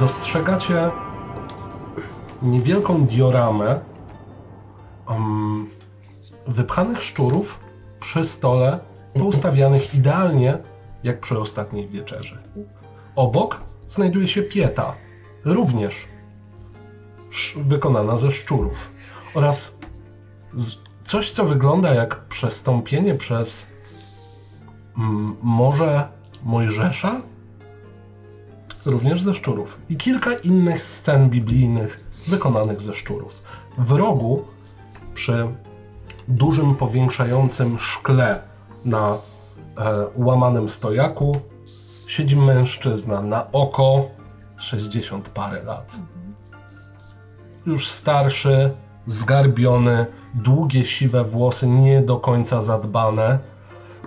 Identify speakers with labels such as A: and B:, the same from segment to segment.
A: dostrzegacie niewielką dioramę em, wypchanych szczurów przy stole, poustawianych idealnie jak przy ostatniej wieczerzy. Obok znajduje się pieta, również sz- wykonana ze szczurów, oraz z- coś, co wygląda jak przestąpienie przez mm, Morze Mojżesza, również ze szczurów. I kilka innych scen biblijnych wykonanych ze szczurów. W rogu, przy dużym, powiększającym szkle na e, łamanym stojaku, siedzi mężczyzna na oko 60 parę lat. Już starszy, zgarbiony, długie siwe włosy, nie do końca zadbane.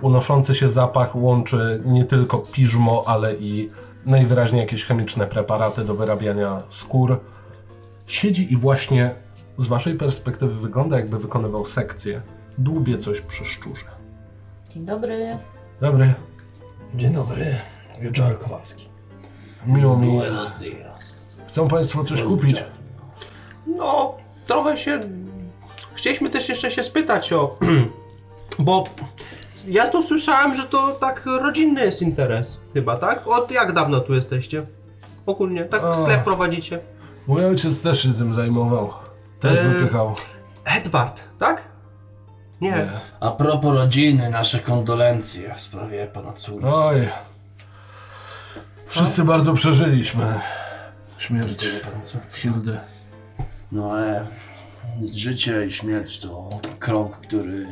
A: Unoszący się zapach łączy nie tylko piżmo, ale i najwyraźniej jakieś chemiczne preparaty do wyrabiania skór. Siedzi i właśnie z waszej perspektywy wygląda, jakby wykonywał sekcję. Dłubie coś przy szczurze.
B: Dzień dobry.
A: Dobry,
C: Dzień dobry, Wieczor Kowalski.
A: miło mi. Chcą Państwo coś kupić?
D: No, trochę się. Chcieliśmy też jeszcze się spytać o. Bo ja tu słyszałem, że to tak rodzinny jest interes, chyba, tak? Od jak dawno tu jesteście? Ogólnie, tak
A: Ach.
D: sklep prowadzicie.
A: Mój ojciec też się tym zajmował. Też
D: Eee,
A: wypychał.
D: Edward, tak? Nie.
C: A propos rodziny, nasze kondolencje w sprawie pana córki.
A: Oj. Wszyscy bardzo przeżyliśmy. Śmierć
C: Pana córki.
A: Hildy.
C: No ale życie i śmierć to krąg, który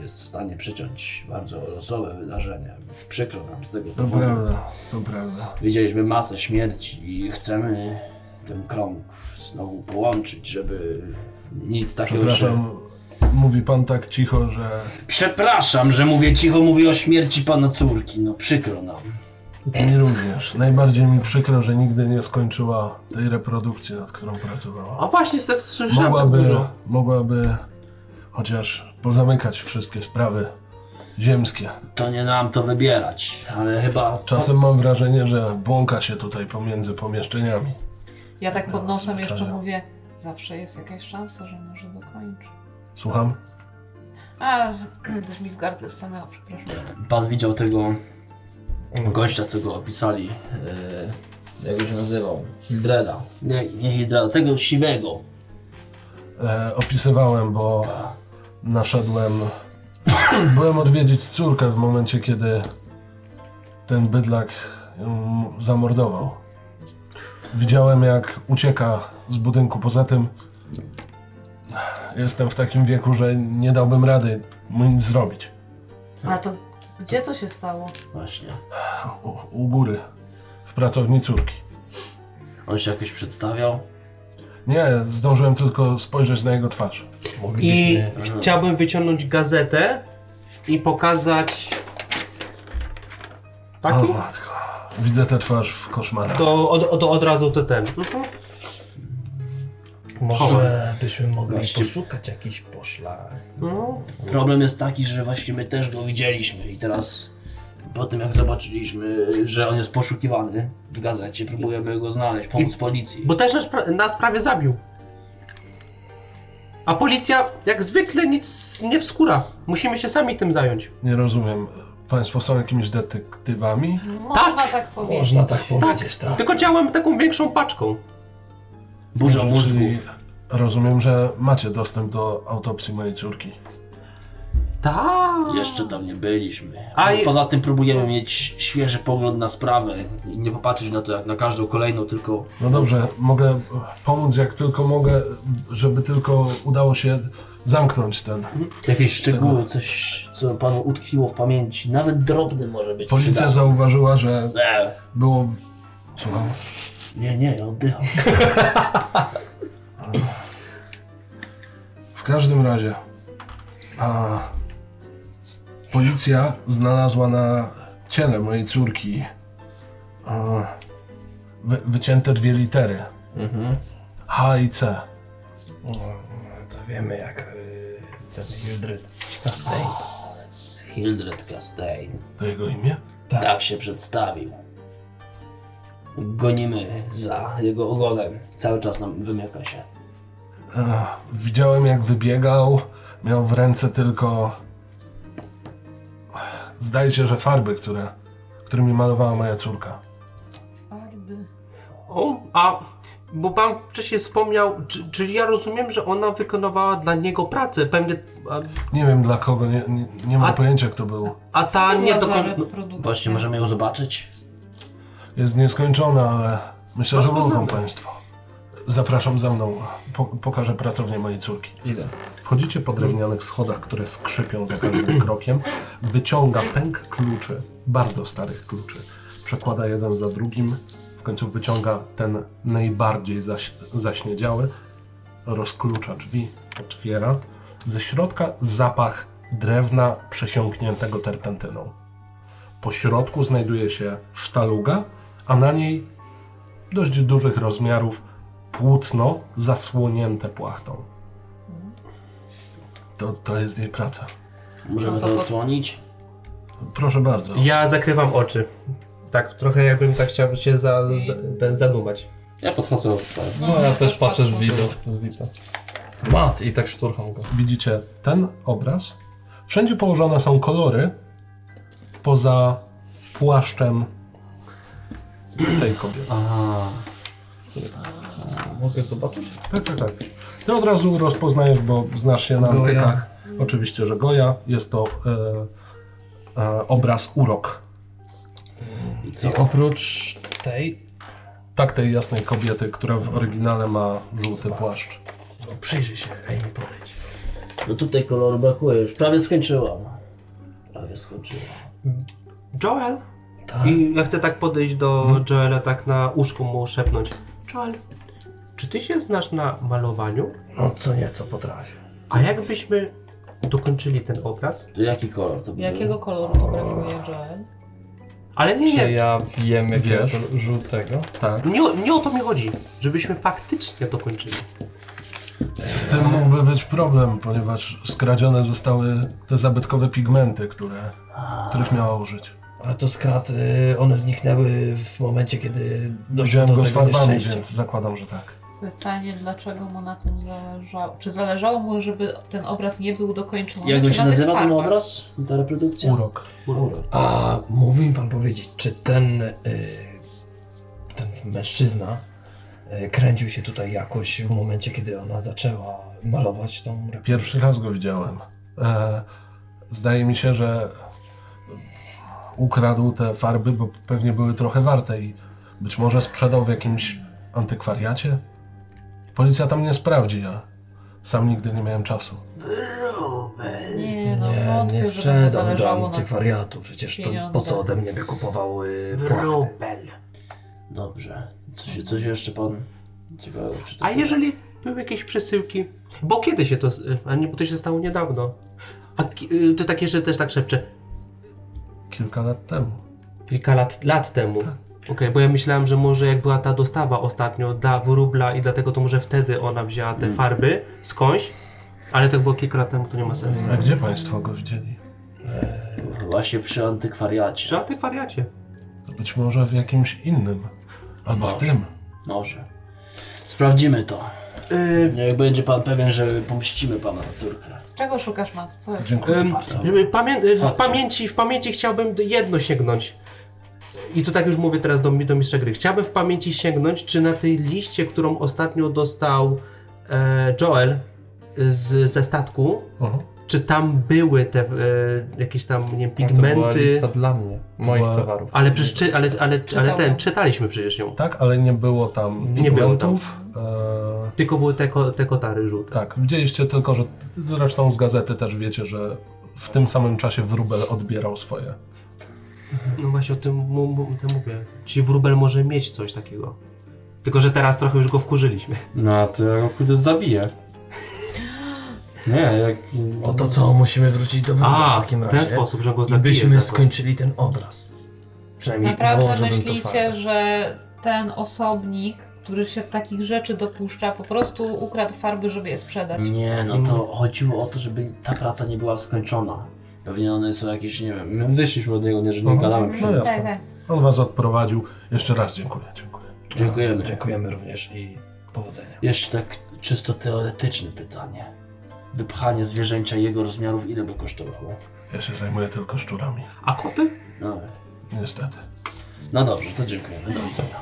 C: jest w stanie przyciąć bardzo losowe wydarzenia. Przykro nam z tego
A: To
C: powodu.
A: prawda, to prawda.
C: Widzieliśmy masę śmierci i chcemy ten krąg znowu połączyć, żeby nic takiego się...
A: Przepraszam, mówi Pan tak cicho, że
C: Przepraszam, że mówię cicho, mówię o śmierci pana córki. No przykro nam.
A: mi również. Najbardziej mi przykro, że nigdy nie skończyła tej reprodukcji, nad którą pracowała.
D: A właśnie, tak słyszałem. tak
A: Mogłaby,
D: dużo.
A: mogłaby chociaż pozamykać wszystkie sprawy ziemskie.
C: To nie nam to wybierać, ale chyba.
A: Czasem mam wrażenie, że błąka się tutaj pomiędzy pomieszczeniami.
B: Ja
C: No,
B: tak pod nosem jeszcze
A: zwyczaja.
B: mówię, zawsze jest jakaś szansa, że może dokończę.
A: Słucham?
B: A, z- też mi w gardle stanęło, przepraszam.
C: Pan widział tego gościa, co go opisali. Yy, jak go się nazywał? Hildreda. Nie, nie Hildreda, tego siwego.
A: E, opisywałem, bo naszedłem. Byłem odwiedzić córkę w momencie, kiedy ten bydlak ją zamordował. Widziałem, jak ucieka z budynku. Poza tym jestem w takim wieku, że nie dałbym rady mu nic zrobić.
C: Tak.
B: A to gdzie to się stało?
C: Właśnie.
A: U, u góry, w pracowni córki.
C: On się jakoś przedstawiał.
A: Nie, zdążyłem tylko spojrzeć na jego twarz.
D: I
C: Moglibyśmy.
D: chciałbym wyciągnąć gazetę i pokazać.
A: O
D: Taki?
A: matko, widzę tę twarz w koszmarach.
D: To od, to od razu to ten. Mhm.
E: Może byśmy mogli
C: Właśnie.
E: poszukać jakichś poszlak.
D: No.
C: Problem jest taki, że właśnie my też go widzieliśmy i teraz. Po tym jak zobaczyliśmy, że on jest poszukiwany w gazecie, próbujemy go znaleźć, pomóc policji.
D: Bo też nas, pra- nas prawie zabił. A policja jak zwykle nic nie wskóra. Musimy się sami tym zająć.
A: Nie rozumiem. Państwo są jakimiś detektywami?
B: Można tak, powiedzieć.
E: Można tak powiedzieć, tak.
D: Tylko działamy taką większą paczką.
C: Burza mózgu.
A: Czyli rozumiem, że macie dostęp do autopsji mojej córki.
D: Tak.
C: Jeszcze tam nie byliśmy.
D: A
C: A
D: i-
C: poza tym próbujemy mieć świeży pogląd na sprawę i nie popatrzeć na to jak na każdą kolejną, tylko
A: No dobrze, mogę pomóc jak tylko mogę, żeby tylko udało się zamknąć ten.
C: jakieś szczegóły, coś co panu utkwiło w pamięci. Nawet drobny może być.
A: Policja
C: przydatny.
A: zauważyła, że
C: E,
A: było. Słucham.
C: Nie, nie, ja oddycham.
A: W każdym razie. A, policja znalazła na ciele mojej córki a, wy, wycięte dwie litery. H i C.
E: No, to wiemy jak y, ten Hildred Castain.
C: Hildred Castain.
A: To jego imię?
E: Tak.
C: Tak się przedstawił. gonimy za jego ogonem. Cały czas nam wymyka się.
A: Ach, Widziałem jak wybiegał. Miał w ręce tylko. Zdaje się, że farby, które, którymi malowała moja córka.
B: Farby.
D: O, a bo pan wcześniej wspomniał, czy, czyli ja rozumiem, że ona wykonywała dla niego pracę, pewnie, a,
A: Nie wiem dla kogo, nie, nie, nie mam
D: A-
A: pojęcia kto był.
D: a ta
B: To była
D: nie do
B: za
D: końca...
B: reprodukcja.
C: Właśnie możemy ją zobaczyć?
A: Jest nieskończona, ale myślę, że mogą
D: Rozpoznamy.
A: Państwo. Zapraszam za mną. Po, pokażę pracownię mojej córki.
E: Idę.
A: Wchodzicie po drewnianych schodach, które skrzypią za każdym krokiem. Wyciąga pęk kluczy, bardzo starych kluczy. Przekłada jeden za drugim. W końcu wyciąga ten najbardziej zaś, zaśniedziały. Rozklucza drzwi, otwiera. Ze środka zapach drewna przesiąkniętego terpentyną. Po środku znajduje się sztaluga, a na niej dość dużych rozmiarów płótno zasłonięte płachtą. To, to jest jej praca.
C: Możemy
B: No to
C: to
B: po-
C: odsłonić?
A: Proszę bardzo.
D: Ja zakrywam oczy. Tak, trochę jakbym tak chciał się za, za, ten, zadumać.
C: Ja podchodzę od tak.
E: No ja też patrzę z widu, z wita. Mat! I tak szturcham go.
A: Widzicie ten obraz. Wszędzie położone są kolory poza płaszczem tej kobiety.
E: Mogę zobaczyć?
A: Tak, tak, tak. Ty od razu rozpoznajesz, bo znasz się na
E: Goja.
A: antykach. Oczywiście, że Goja. Jest to e, e, obraz urok.
C: I co?
E: I oprócz tej...
A: Tak tej jasnej kobiety, która w oryginale ma żółty płaszcz.
E: No, przyjrzyj się, ej mi podejdź.
C: No tutaj koloru brakuje, już prawie skończyłam. Prawie skończyłam.
D: Joel?
E: Tak. Mhm.
D: I ja chcę tak podejść do Joela, tak na uszku mu szepnąć. Joel, czy ty się znasz na malowaniu?
E: No co nieco potrafię.
D: A
E: Tak.
D: jakbyśmy dokończyli ten obraz?
C: To jaki kolor to był?
B: Jakiego koloru tu brakuje, Joel?
D: Ale nie,
E: Czy
D: nie,
E: ja wiem jakiego
A: Wiesz?
E: to żółtego?
A: Tak.
D: nie, o- nie o to mi chodzi. Żebyśmy faktycznie dokończyli.
A: Z tym mógłby być problem, ponieważ skradzione zostały te zabytkowe pigmenty, które, których miała użyć.
E: A to skrat, y, one zniknęły w momencie, kiedy doszło
A: Wziąłem
E: do
A: go z
E: tego
A: farbami,
E: nieszczęścia.
A: więc zakładam, że tak.
B: Pytanie, dlaczego mu na tym zależało? Czy zależało mu, żeby ten obraz nie był dokończony? Znaczy,
C: Jak on
B: czy
C: się
B: na tych
C: nazywa ten
B: farbach?
C: obraz? Ta reprodukcja?
A: Urok.
C: Urok.
E: A mógłby mi pan powiedzieć, czy ten, y, ten mężczyzna y, kręcił się tutaj jakoś w momencie, kiedy ona zaczęła malować tą reputację?
A: Pierwszy raz go widziałem. E, zdaje mi się, że ukradł te farby, bo pewnie były trochę warte i być może sprzedał w jakimś antykwariacie? Policja tam nie sprawdzi, a sam nigdy nie miałem czasu.
B: Nie, no
E: Nie,
B: wątpię,
E: nie
B: żeby mu
E: sprzedam do
B: zależało no. na
E: antykwariatu. Przecież to po
B: pieniądze.
E: co ode mnie by kupował y, płachty?
D: Wróbel.
C: Dobrze. Coś, coś jeszcze pan ciekawego
D: A
C: czytał?
D: jeżeli były jakieś przesyłki? Bo kiedy się to. z- A nie, bo to się stało niedawno. A ki- y, to tak jeszcze też tak szepczę.
A: Kilka lat temu.
D: Kilka lat, lat temu. Okej, bo ja myślałem, że może jak była ta dostawa ostatnio dla wróbla i dlatego to może wtedy ona wzięła te farby skądś, ale to było kilka lat temu, to nie ma sensu.
A: A gdzie państwo go widzieli?
C: Właśnie przy antykwariacie.
D: Przy antykwariacie.
A: To być może w jakimś innym. Albo
D: No.
A: w
C: Może.
A: tym.
C: Może. Sprawdzimy to.
D: Yy,
C: Jak będzie pan pewien, że pomścimy pana córkę.
B: Czego szukasz, Mat? Co jest?
A: Dziękuję.
D: Ym,
C: bardzo.
D: żeby pamię- y, w,
C: Chodźcie.
D: pamięci, w pamięci chciałbym d- jedno sięgnąć. I to tak już mówię teraz do, mi- do mistrza gry. Chciałbym w pamięci sięgnąć, czy na tej liście, którą ostatnio dostał e, Joel z, ze statku,
A: Aha.
D: czy tam były te e, jakieś tam nie wiem,
E: To była
D: pigmenty.
E: lista dla mnie, moich
A: była-
E: towarów.
D: Ale przecież czy, ale, ale, ale
B: Czytałem.
D: ten, czytaliśmy przecież ją.
A: Tak, ale nie było tam
D: Nie było tam.
A: pigmentów. E,
D: Tylko były te, ko- te kotary żółte.
A: tak, widzieliście tylko, że zresztą z gazety też wiecie, że w tym samym czasie wróbel odbierał swoje.
D: No właśnie o tym, mu, mu, o tym mówię. Czyli wróbel może mieć coś takiego. Tylko, że teraz trochę już go wkurzyliśmy.
F: No a to ja go kurde zabiję. Nie, jak...
E: O to co, musimy wrócić do wróbla No, w
D: A,
E: takim
D: w
E: razie.
D: ten sposób, że go
E: I
D: zabije.
E: byśmy
D: za to.
E: skończyli ten obraz. Przynajmniej
B: Naprawdę
E: położyłbym to farbę.
B: myślicie, że ten osobnik, który się takich rzeczy dopuszcza, po prostu ukradł farby, żeby je sprzedać?
E: Mm.
C: Nie, no to chodziło o to, żeby ta praca nie była skończona. Pewnie one są jakieś, nie wiem, Mhm.
F: My wyszliśmy od niego, nie, że nie gadamy przy
A: No
F: nim.
A: jasne.
B: tak.
A: On was odprowadził. Jeszcze raz dziękuję, dziękuję.
C: Dziękujemy.
E: Dziękujemy również i powodzenia.
C: Jeszcze tak czysto teoretyczne pytanie. Wypchanie zwierzęcia jego rozmiarów ile by kosztowało?
A: Ja się zajmuję tylko szczurami.
D: A koty?
C: No,
A: Niestety.
C: no dobrze, to dziękujemy. Do widzenia.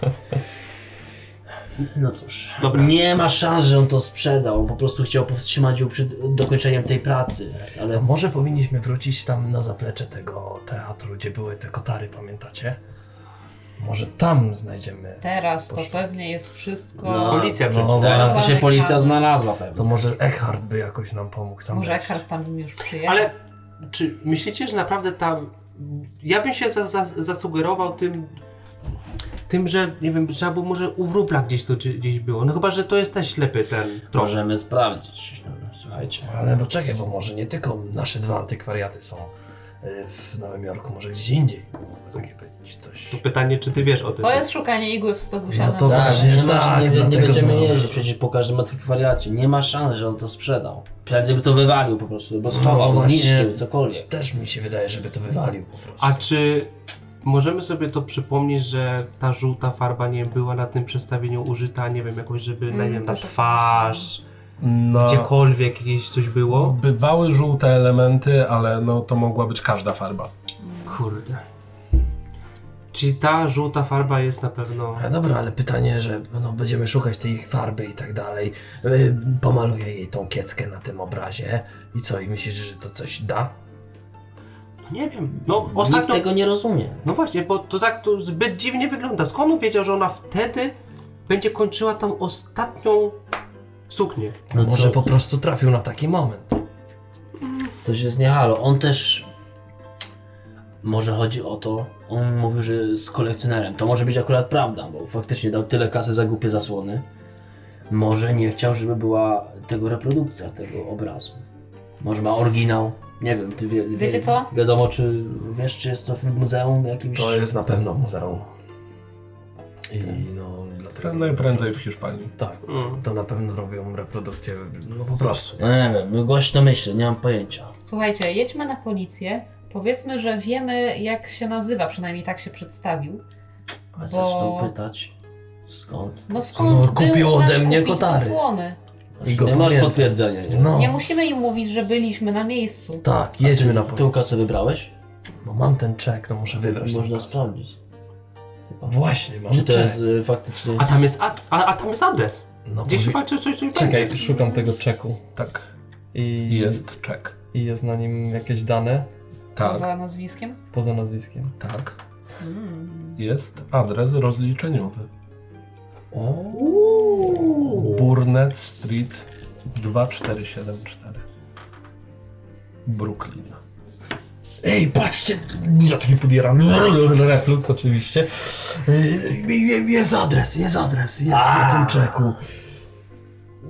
C: No cóż,
D: Dobra.
C: nie ma szans, że on to sprzedał. On po prostu chciał powstrzymać ją przed dokończeniem tej pracy.
E: Ale
C: Ale
E: może powinniśmy wrócić tam na zaplecze tego teatru, gdzie były te kotary, pamiętacie? Może tam znajdziemy.
B: Teraz to
E: Proszę.
B: pewnie jest wszystko.
C: No.
D: Policja przecież.
E: No,
C: teraz to się
B: Zamykamy.
C: policja znalazła pewnie.
E: To może Eckhart by jakoś nam pomógł tam.
B: Może
E: wejść.
B: Eckhart tam już przyjechał.
D: Ale czy myślicie, że naprawdę tam. Ja bym się za, za, zasugerował tym. Tym, że nie wiem, trzeba było może u wróbla gdzieś to czy- gdzieś było. No chyba, że to jest ten ślepy ten trop.
C: Możemy sprawdzić. No, słuchajcie.
E: Ale poczekaj, bo może nie tylko nasze dwa antykwariaty są y, w Nowym Jorku, może gdzieś indziej. Takie być coś.
D: To Pytanie, czy ty wiesz o tym?
B: To jest szukanie igły w stogu
E: No
B: siana.
E: to
B: Tak.
E: właśnie.
C: nie, ma,
E: tak,
C: nie, nie
E: dlatego
C: będziemy
E: no.
C: jeździć przecież po każdym antykwariacie. Nie ma szans, że on to sprzedał. Prędzej by to wywalił po prostu, bo schował,
E: No właśnie.
C: zniszczył, cokolwiek.
E: Też mi się wydaje, żeby to wywalił po prostu.
D: A czy możemy sobie to przypomnieć, że ta żółta farba nie była na tym przestawieniu użyta, nie wiem, jakoś, żeby
B: Mm,
D: nie wiem, na
B: też tak
D: twarz,
A: No,
D: gdziekolwiek jakieś coś było?
A: bywały żółte elementy, ale no to mogła być każda farba.
C: Mm.
D: Kurde. Czyli ta żółta farba jest na pewno.
E: A dobra, ale pytanie, że no, będziemy szukać tej ich farby i tak dalej. Y, Pomaluję jej tą kieckę na tym obrazie. I co, i myślisz, że to coś da?
D: Nie wiem. No
C: Nikt
D: ostatnio
C: tego nie rozumie.
D: No właśnie, bo to tak to zbyt dziwnie wygląda. Skąd on wiedział, że ona wtedy będzie kończyła tą ostatnią suknię?
C: No
E: Może
C: co?
E: po prostu trafił na taki moment.
C: Coś jest nie halo. On też... Może chodzi o to, on mówił, że jest kolekcjonerem. To może być akurat prawda, bo faktycznie dał tyle kasy za głupie zasłony. Może nie chciał, żeby była tego reprodukcja, tego obrazu. Może ma oryginał. Nie wiem, ty wie,
B: Wiecie
C: wie-
B: co?
C: Wiadomo, czy wiesz, czy jest to w muzeum jakimś?
E: To jest na pewno muzeum. I no, dlatego...
A: Prędzej, prędzej w Hiszpanii.
E: Tak,
D: Mm.
E: to na pewno robią reprodukcję, no po prostu.
C: No nie wiem, głośno myślę, nie mam pojęcia.
B: Słuchajcie, jedźmy na policję. Powiedzmy, że wiemy, jak się nazywa, przynajmniej tak się przedstawił.
C: A
B: Bo-
C: zaczną pytać, skąd?
B: No skąd
E: No,
B: był
E: kupił
B: u nas
E: ode mnie
B: kupić
E: kotary.
B: zasłony?
E: I
C: Znaczy,
E: go
C: nie masz
E: pamiętam.
C: potwierdzenia. Nie?
E: No,
B: Nie musimy im mówić, że byliśmy na miejscu.
E: tak, jedźmy na
C: Tą
E: policję.
C: kasę wybrałeś?
E: Bo mam ten czek, to muszę wybrać tą
C: Można
E: kasę. No,
C: sprawdzić.
E: Właśnie, mam
C: Czy to
E: czek.
C: jest y, faktycznie...
D: A tam jest, ad- a, a tam jest adres.
E: No,
D: Gdzieś
E: powie-
D: chyba coś, coś, coś
G: Czekaj,
D: będzie.
G: szukam tego czeku.
A: Tak,
G: I
A: jest czek.
G: I jest na nim jakieś dane
A: Tak,
B: Poza nazwiskiem?
G: poza nazwiskiem.
A: tak.
B: Mm.
A: Jest adres rozliczeniowy.
E: O,
A: Burnett Street 2474. Brooklyn.
G: Ej, patrzcie! Rzadki podjeram. Reflux oczywiście.
E: Y, y, Jest adres, jest adres, jest na tym czeku.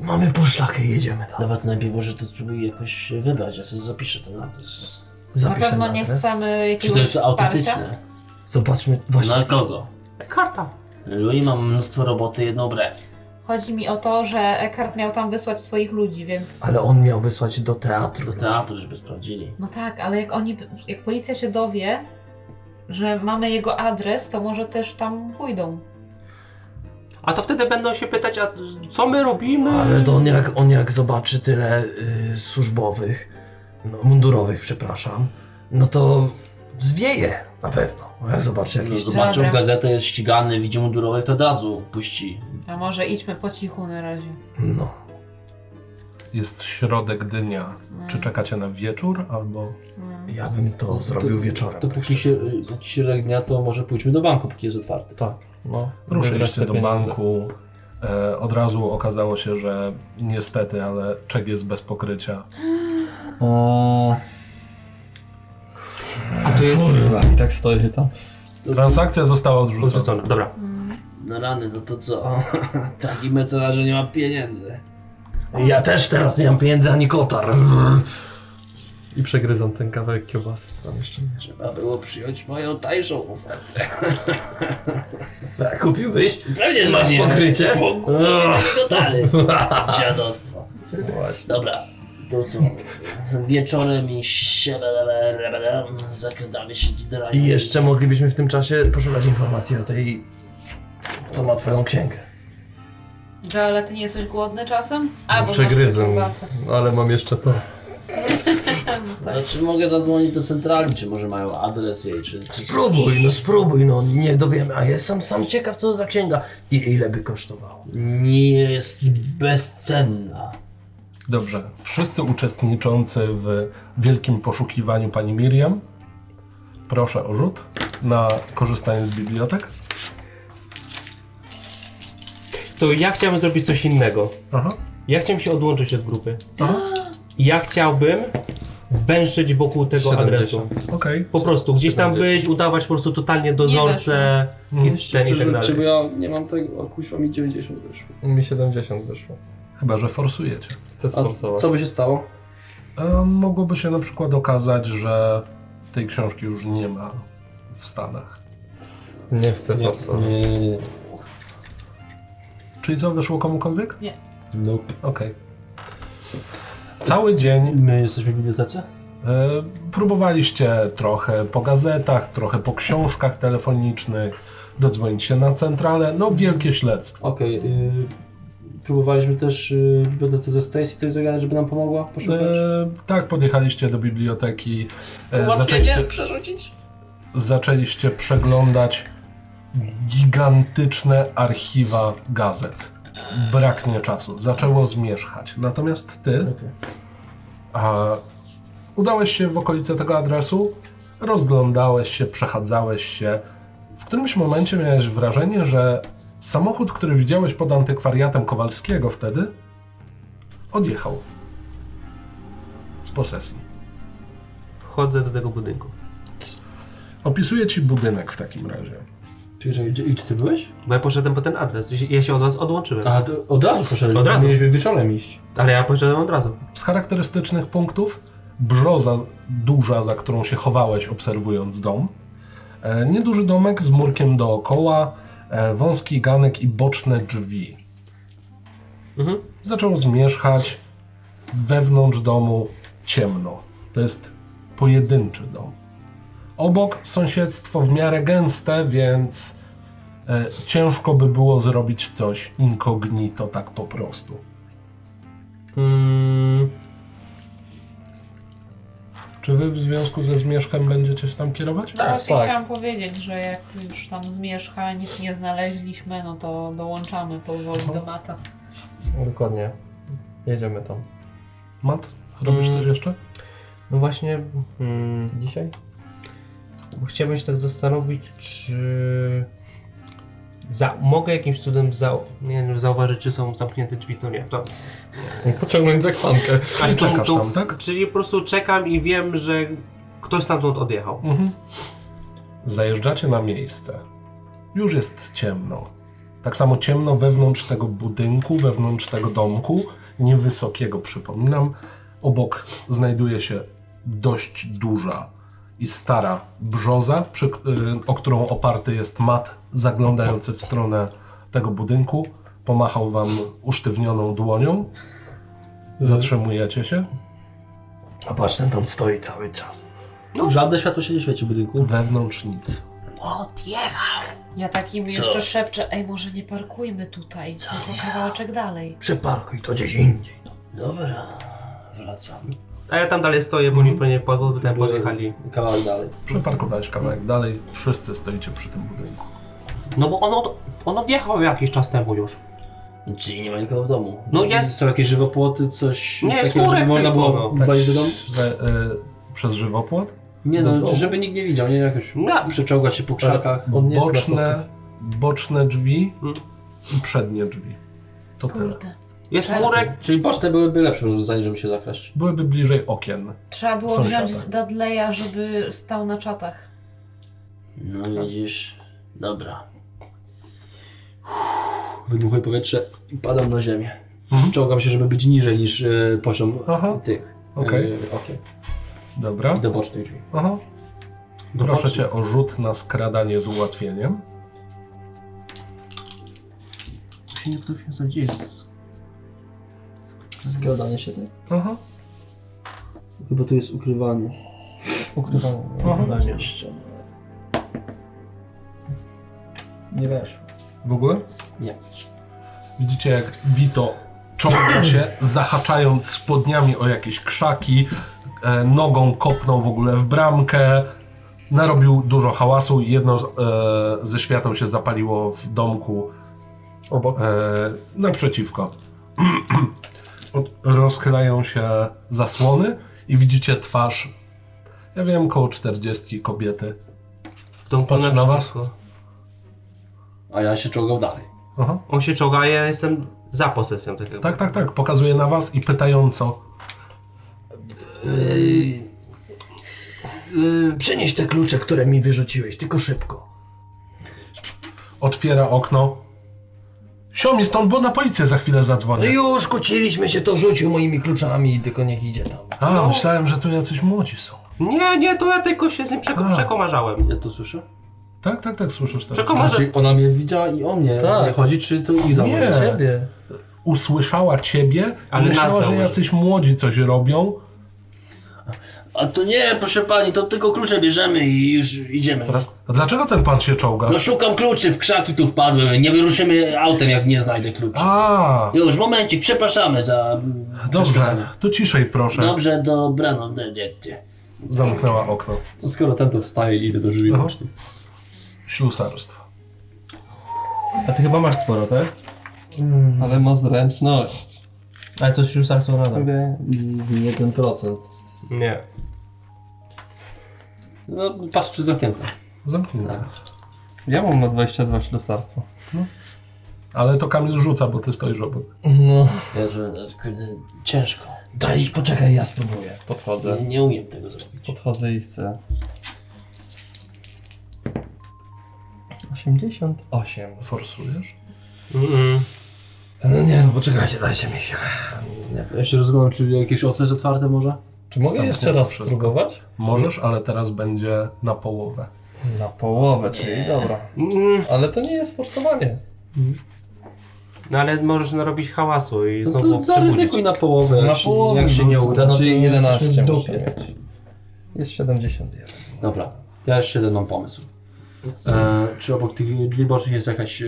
E: Mamy poszlakę, jedziemy tam.
C: Dobra, to najpierw może to spróbuj jakoś wybrać, ja sobie zapiszę no, ten adres.
B: Na pewno nie
E: adres.
B: chcemy
C: Czy
B: jakiegoś
C: to jest
B: wsparcia.
C: autentyczne?
E: Zobaczmy, właśnie.
C: Na No, kogo?
D: Karta.
C: Louis ma mnóstwo roboty, jedną brew.
B: Chodzi mi o to, że Eckhart miał tam wysłać swoich ludzi, więc...
E: Ale on miał wysłać do teatru.
C: Do teatru, żeby sprawdzili.
B: No tak, ale jak oni, jak policja się dowie, że mamy jego adres, to może też tam pójdą.
D: A to wtedy będą się pytać, a co my robimy?
E: Ale to on jak, on jak zobaczy tyle y, służbowych, no, mundurowych, przepraszam, no to zwieje na pewno. A Jak zobaczy
C: No,
E: jakieś...
C: zobaczył
B: Dobra.
C: gazetę, jest ścigany, widzi mundurowych, to od razu puści.
B: A może idźmy po cichu na razie.
E: No.
A: Jest środek dnia. Czy czekacie na wieczór albo
E: Ja bym to zrobił wieczorem.
F: To
E: także.
F: póki się,
C: y,
F: póki się legnia, to może pójdźmy do banku, póki jest otwarty.
E: Tak.
F: No, wybrać
A: ruszyliście
F: te
A: do
F: pieniądze.
A: banku? E, od razu okazało się, że niestety, ale czek jest bez pokrycia.
G: O,
D: A to jest
G: kurwa, i tak stoję tam.
A: Transakcja została odrzucona.
D: odrzucone. Dobra.
C: No rany, no to co? Taki mecenarz, że nie ma pieniędzy.
E: Ja też teraz nie mam pieniędzy ani kotar.
G: I przegryzam ten kawałek kiełbasy co tam jeszcze. jest.
C: Trzeba było przyjąć moją tańszą ofertę.
E: Kupiłbyś?
C: Pewnie, że nie.
E: pokrycie?
C: Pokrycie, dalej. Dziadostwo.
G: Właśnie.
C: Dobra, To co? Wieczorem i zakradamy się do raju.
E: I jeszcze moglibyśmy w tym czasie poszukać informacji o tej, co ma twoją księgę.
B: Da, ale ty nie jesteś głodny czasem? A, bo masz
G: Przegryzłem,
B: kiełbasę.
G: No, ale mam jeszcze to.
C: Znaczy mogę zadzwonić do centrali, czy może mają adres jej, czy...
E: Spróbuj, no spróbuj, no nie dowiemy, a jestem sam ciekaw, co to za księga i ile by kosztowało.
C: Nie jest bezcenna.
A: Dobrze. Wszyscy uczestniczący w wielkim poszukiwaniu pani Miriam, proszę o rzut na korzystanie z bibliotek.
D: To ja chciałbym zrobić coś innego.
A: Aha.
D: Ja chciałem się odłączyć od grupy. Ja chciałbym węszyć wokół tego
F: 70.
D: adresu.
A: Okej.
D: Po prostu, gdzieś tam
F: 70.
D: być, udawać po prostu totalnie dozorcę i ten i
H: Szczerze,
D: tak
H: czy bo
D: dalej.
H: ja nie mam tego, a kuźwa mi 90 wyszło.
G: Mi 70 wyszło.
A: Chyba, że forsujecie.
G: Chcę
H: A
G: sforsować.
H: co by się stało?
A: E, mogłoby się na przykład okazać, że tej książki już nie ma w Stanach.
G: Nie chcę
F: Nie,
G: forsować.
F: nie, nie, nie, nie.
A: Czyli co, wyszło komukolwiek?
F: Nope.
A: Okej. Cały dzień
C: My jesteśmy w bibliotece?
A: e, próbowaliście trochę po gazetach, trochę po książkach telefonicznych, dodzwonić się na centralę, no wielkie śledztwo.
F: Okej, y,
H: Próbowaliśmy też y, bibliotece ze Stacy coś zagadać, żeby nam pomogła
A: E,
H: poszukać.
A: tak, podjechaliście do biblioteki, e, zaczęliście,
H: przerzucić?
A: zaczęliście przeglądać gigantyczne archiwa gazet. Braknie czasu, zaczęło zmierzchać. Natomiast ty a, udałeś się w okolice tego adresu, rozglądałeś się, przechadzałeś się. W którymś momencie miałeś wrażenie, że samochód, który widziałeś pod antykwariatem Kowalskiego wtedy, odjechał z posesji.
D: Wchodzę do tego budynku.
A: Opisuję ci budynek w takim razie.
F: czekaj, czekaj, gdzie- i gdzie ty byłeś?
D: Bo ja poszedłem po ten adres, Ja się- ja się od was odłączyłem.
F: A, to od razu poszedłeś,
D: Od
F: bo
D: razu.
F: mieliśmy wieczorem iść.
D: Ale ja poszedłem od razu.
A: Z charakterystycznych punktów brzoza duża, za którą się chowałeś obserwując dom. E, nieduży domek z murkiem dookoła, e, wąski ganek i boczne drzwi.
D: Mhm.
A: Zaczął zmierzchać wewnątrz domu ciemno. To jest pojedynczy dom. Obok sąsiedztwo w miarę gęste, więc e, ciężko by było zrobić coś incognito tak po prostu.
D: Mm,
A: Czy wy w związku ze zmierzchem będziecie się tam kierować?
B: No
C: Tak,
B: właśnie chciałam powiedzieć, że jak już tam zmierzcha, nic nie znaleźliśmy, no to dołączamy powoli do mata.
G: Dokładnie. Jedziemy tam.
A: Mat, robisz
D: Mm.
A: coś jeszcze?
D: no właśnie, mm,
G: Dzisiaj?
D: bo chciałbym się tak zastanowić, czy za, mogę jakimś cudem za, nie, wiem, zauważyć, czy są zamknięte drzwi, to nie. To,
G: Pociągnąć za kwankę.
D: A
A: Czyli
D: tu-
A: czekasz
D: tu-
A: tam, tak?
D: Czyli po prostu czekam i wiem, że ktoś stamtąd odjechał.
A: Zajeżdżacie na miejsce. Już jest ciemno. Tak samo ciemno wewnątrz tego budynku, wewnątrz tego domku, niewysokiego przypominam. Obok znajduje się dość duża i stara brzoza, przy, k- y, o którą oparty jest mat zaglądający w stronę tego budynku. Pomachał wam usztywnioną dłonią. Zatrzymujecie się.
E: A patrz, ten tam stoi cały czas.
C: Żadne światło się nie świeci w budynku.
A: Wewnątrz nic.
B: Ja takim jeszcze szepczę, ej może nie parkujmy tutaj, Co tylko kawałeczek dalej.
E: Przeparkuj to gdzieś indziej.
C: Dobra, wracam.
D: A ja tam dalej stoję, bo oni pewnie pod, ten podjechali.
C: Kawałek dalej.
A: Przeparkowałeś kawałek dalej, wszyscy stoicie przy tym budynku.
D: No bo on, od, on odjechał jakiś czas temu już.
C: Czyli nie ma nikogo w domu.
D: No jest-
C: Są jakieś żywopłoty, coś
D: Nie, jest
C: takiego, żeby
D: murek
C: można
D: tylko, no.
C: było
A: Tak,
C: wejść do domu?
A: że, y, przez żywopłot.
C: Nie
G: Do
C: no,
G: domu.
C: żeby nikt nie widział, nie? Jakoś
D: No.
C: przeczołgać się po krzakach.
G: On nie jest na
A: Boczne,
G: posesji.
A: boczne drzwi
D: Mm.
A: i przednie drzwi. To tyle.
B: Kurde.
D: Jest murek,
C: Czyli boczne byłyby lepszym rozwiązaniem, żeby się zakraść.
A: Byłyby bliżej okien.
B: Trzeba było
A: Sąsiada.
B: wziąć Dudleya, żeby stał na czatach.
C: No widzisz, dobra. Uff, Wydmuchuję powietrze i padam na ziemię. Czołgam się, żeby być niżej niż e, poziom
A: Aha.
C: tych
A: Okej.
C: e, okien.
A: Dobra.
C: I do bocznych drzwi.
A: Aha. Proszę cię o rzut na skradanie z ułatwieniem.
C: Zgadanie się tak?
A: Aha.
C: Chyba tu jest ukrywanie.
E: Ukrywanie.
A: Mhm.
C: Jeszcze.
E: Nie weszło.
A: W ogóle?
C: Nie.
A: Widzicie, jak Vito ciąga się, zahaczając spodniami o jakieś krzaki, e, nogą kopnął w ogóle w bramkę, narobił dużo hałasu i jedno z, e, ze świateł się zapaliło w domku
G: Obok.
A: e, naprzeciwko. Od- Rozchylają się zasłony i widzicie twarz, ja wiem, koło 40 kobiety.
D: To
A: Patrzy na was?
C: A ja się czołgał dalej.
A: Aha.
D: On się czołga, a ja jestem za posesją takiego.
A: Tak, tak, tak, pokazuje na was i pytająco.
E: Przynieś te klucze, które mi wyrzuciłeś, tylko szybko.
A: otwiera okno. Siomi stąd, bo na policję za chwilę
E: No
A: zadzwonię.
E: już kłóciliśmy się, to rzucił moimi kluczami, tylko niech idzie tam.
A: A,
F: no.
A: myślałem, że tu jacyś młodzi są.
D: Nie, nie, to ja tylko się z nim
A: A.
D: przeko- przekomarzałem.
F: Ja to słyszę?
A: Tak, tak, tak, słyszysz teraz.
D: Przekomarzę.
F: Znaczy ona mnie widziała i o mnie
C: Tak.
F: nie chodzi, czy to ich założy?
A: Nie, usłyszała ciebie, ale
D: Ale
A: myślała,
D: nas
A: że
D: założy.
A: jacyś młodzi coś robią.
C: A to nie, proszę pani, to tylko klucze bierzemy i już idziemy.
A: Teraz, a dlaczego ten pan się czołga?
C: No szukam kluczy, w krzaki tu wpadłem. Nie wyruszymy autem, jak nie znajdę kluczy.
A: A,
C: Już, momencik, przepraszamy za... mm, przeszkadzanie.
A: dobrze, to ciszej proszę.
C: Dobrze, dobranoc, dzieci.
A: Zamknęła okno.
F: To skoro ten to wstaje i idę do drzwi
A: Aha.
F: poczty.
A: Ślusarstwo.
H: A ty chyba masz sporo, tak?
G: Ale ma zręczność.
H: Ale to jest już Sarson Rada.
G: Z 1%.
D: Nie.
F: No patrz czy zamknięte. Tak.
A: Zamknięte.
G: Ja mam na 22 ślusarstwo.
A: Ale to Kamil rzuca, bo ty stoisz obok.
E: No,
C: Ja, że, no, kurde, ciężko.
E: daj, poczekaj, ja spróbuję.
C: Nie,
G: Podchodzę.
C: nie umiem tego zrobić.
G: Podchodzę i chcę. 88.
A: Forsujesz?
D: Mm-mm.
E: No nie, no poczekajcie, dajcie mi chwilę.
F: Ja się rozglądam, czy jakieś okno jest otwarte może?
E: Czy mogę
A: Zamknę
E: jeszcze raz
A: wszystko.
E: spróbować?
A: Możesz, ale teraz będzie na połowę.
E: Na połowę, czyli dobra.
D: Mm,
E: Ale to nie jest forsowanie.
D: No ale możesz narobić hałasu i
F: No
D: znowu
F: to zaryzykuj na połowę,
E: Na
F: jak się-
E: połowę
F: jak się nie
E: rzucę,
C: Znaczy
F: uda.
E: no
F: No
E: to
F: czyli
E: 11
F: jesteśmy w
E: musi
F: dupie.
E: mieć. Jest 71.
F: Dobra, ja jeszcze jeden mam pomysł. E, czy obok tych drzwi bocznych jest jakaś, e,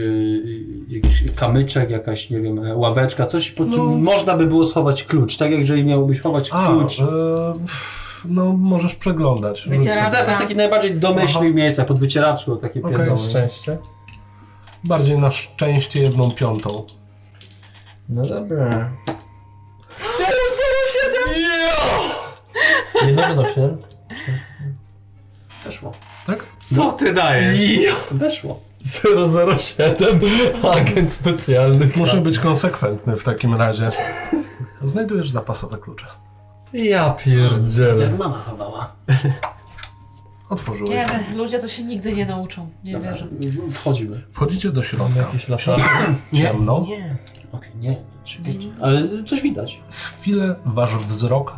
F: jakiś kamyczek, jakaś, nie wiem, e, ławeczka, coś, pod czym można by było schować klucz, tak jak jeżeli miałbyś chować
A: A,
F: klucz.
A: e, no możesz przeglądać. Rzuć sobie.
B: Wyciera-
F: Zawsze w takich najbardziej domyślnych
A: Aha.
F: miejscach, pod wycieraczką, takie
A: Okej.
F: pierdoły.
E: Szczęście.
A: Bardziej na szczęście jedną piątą.
E: No dobra.
F: Weszło.
A: Tak?
D: Co ty dajesz?
F: Weszło.
E: 007 agent specjalny.
A: Muszę być konsekwentny w takim razie. Znajdujesz zapasowe klucze.
E: Ja pierdzielę.
C: Jak Tak, mama chowała.
A: Otworzyłeś.
B: Nie, ludzie to się nigdy nie nauczą. Nie
F: Dobra,
B: wierzę.
F: w- Wchodzimy.
A: Wchodzicie do środka.
E: Jakieś latarki.
A: Ciemno.
C: Okej, nie, nie, czekajcie.
F: Ale coś widać.
A: Chwilę wasz wzrok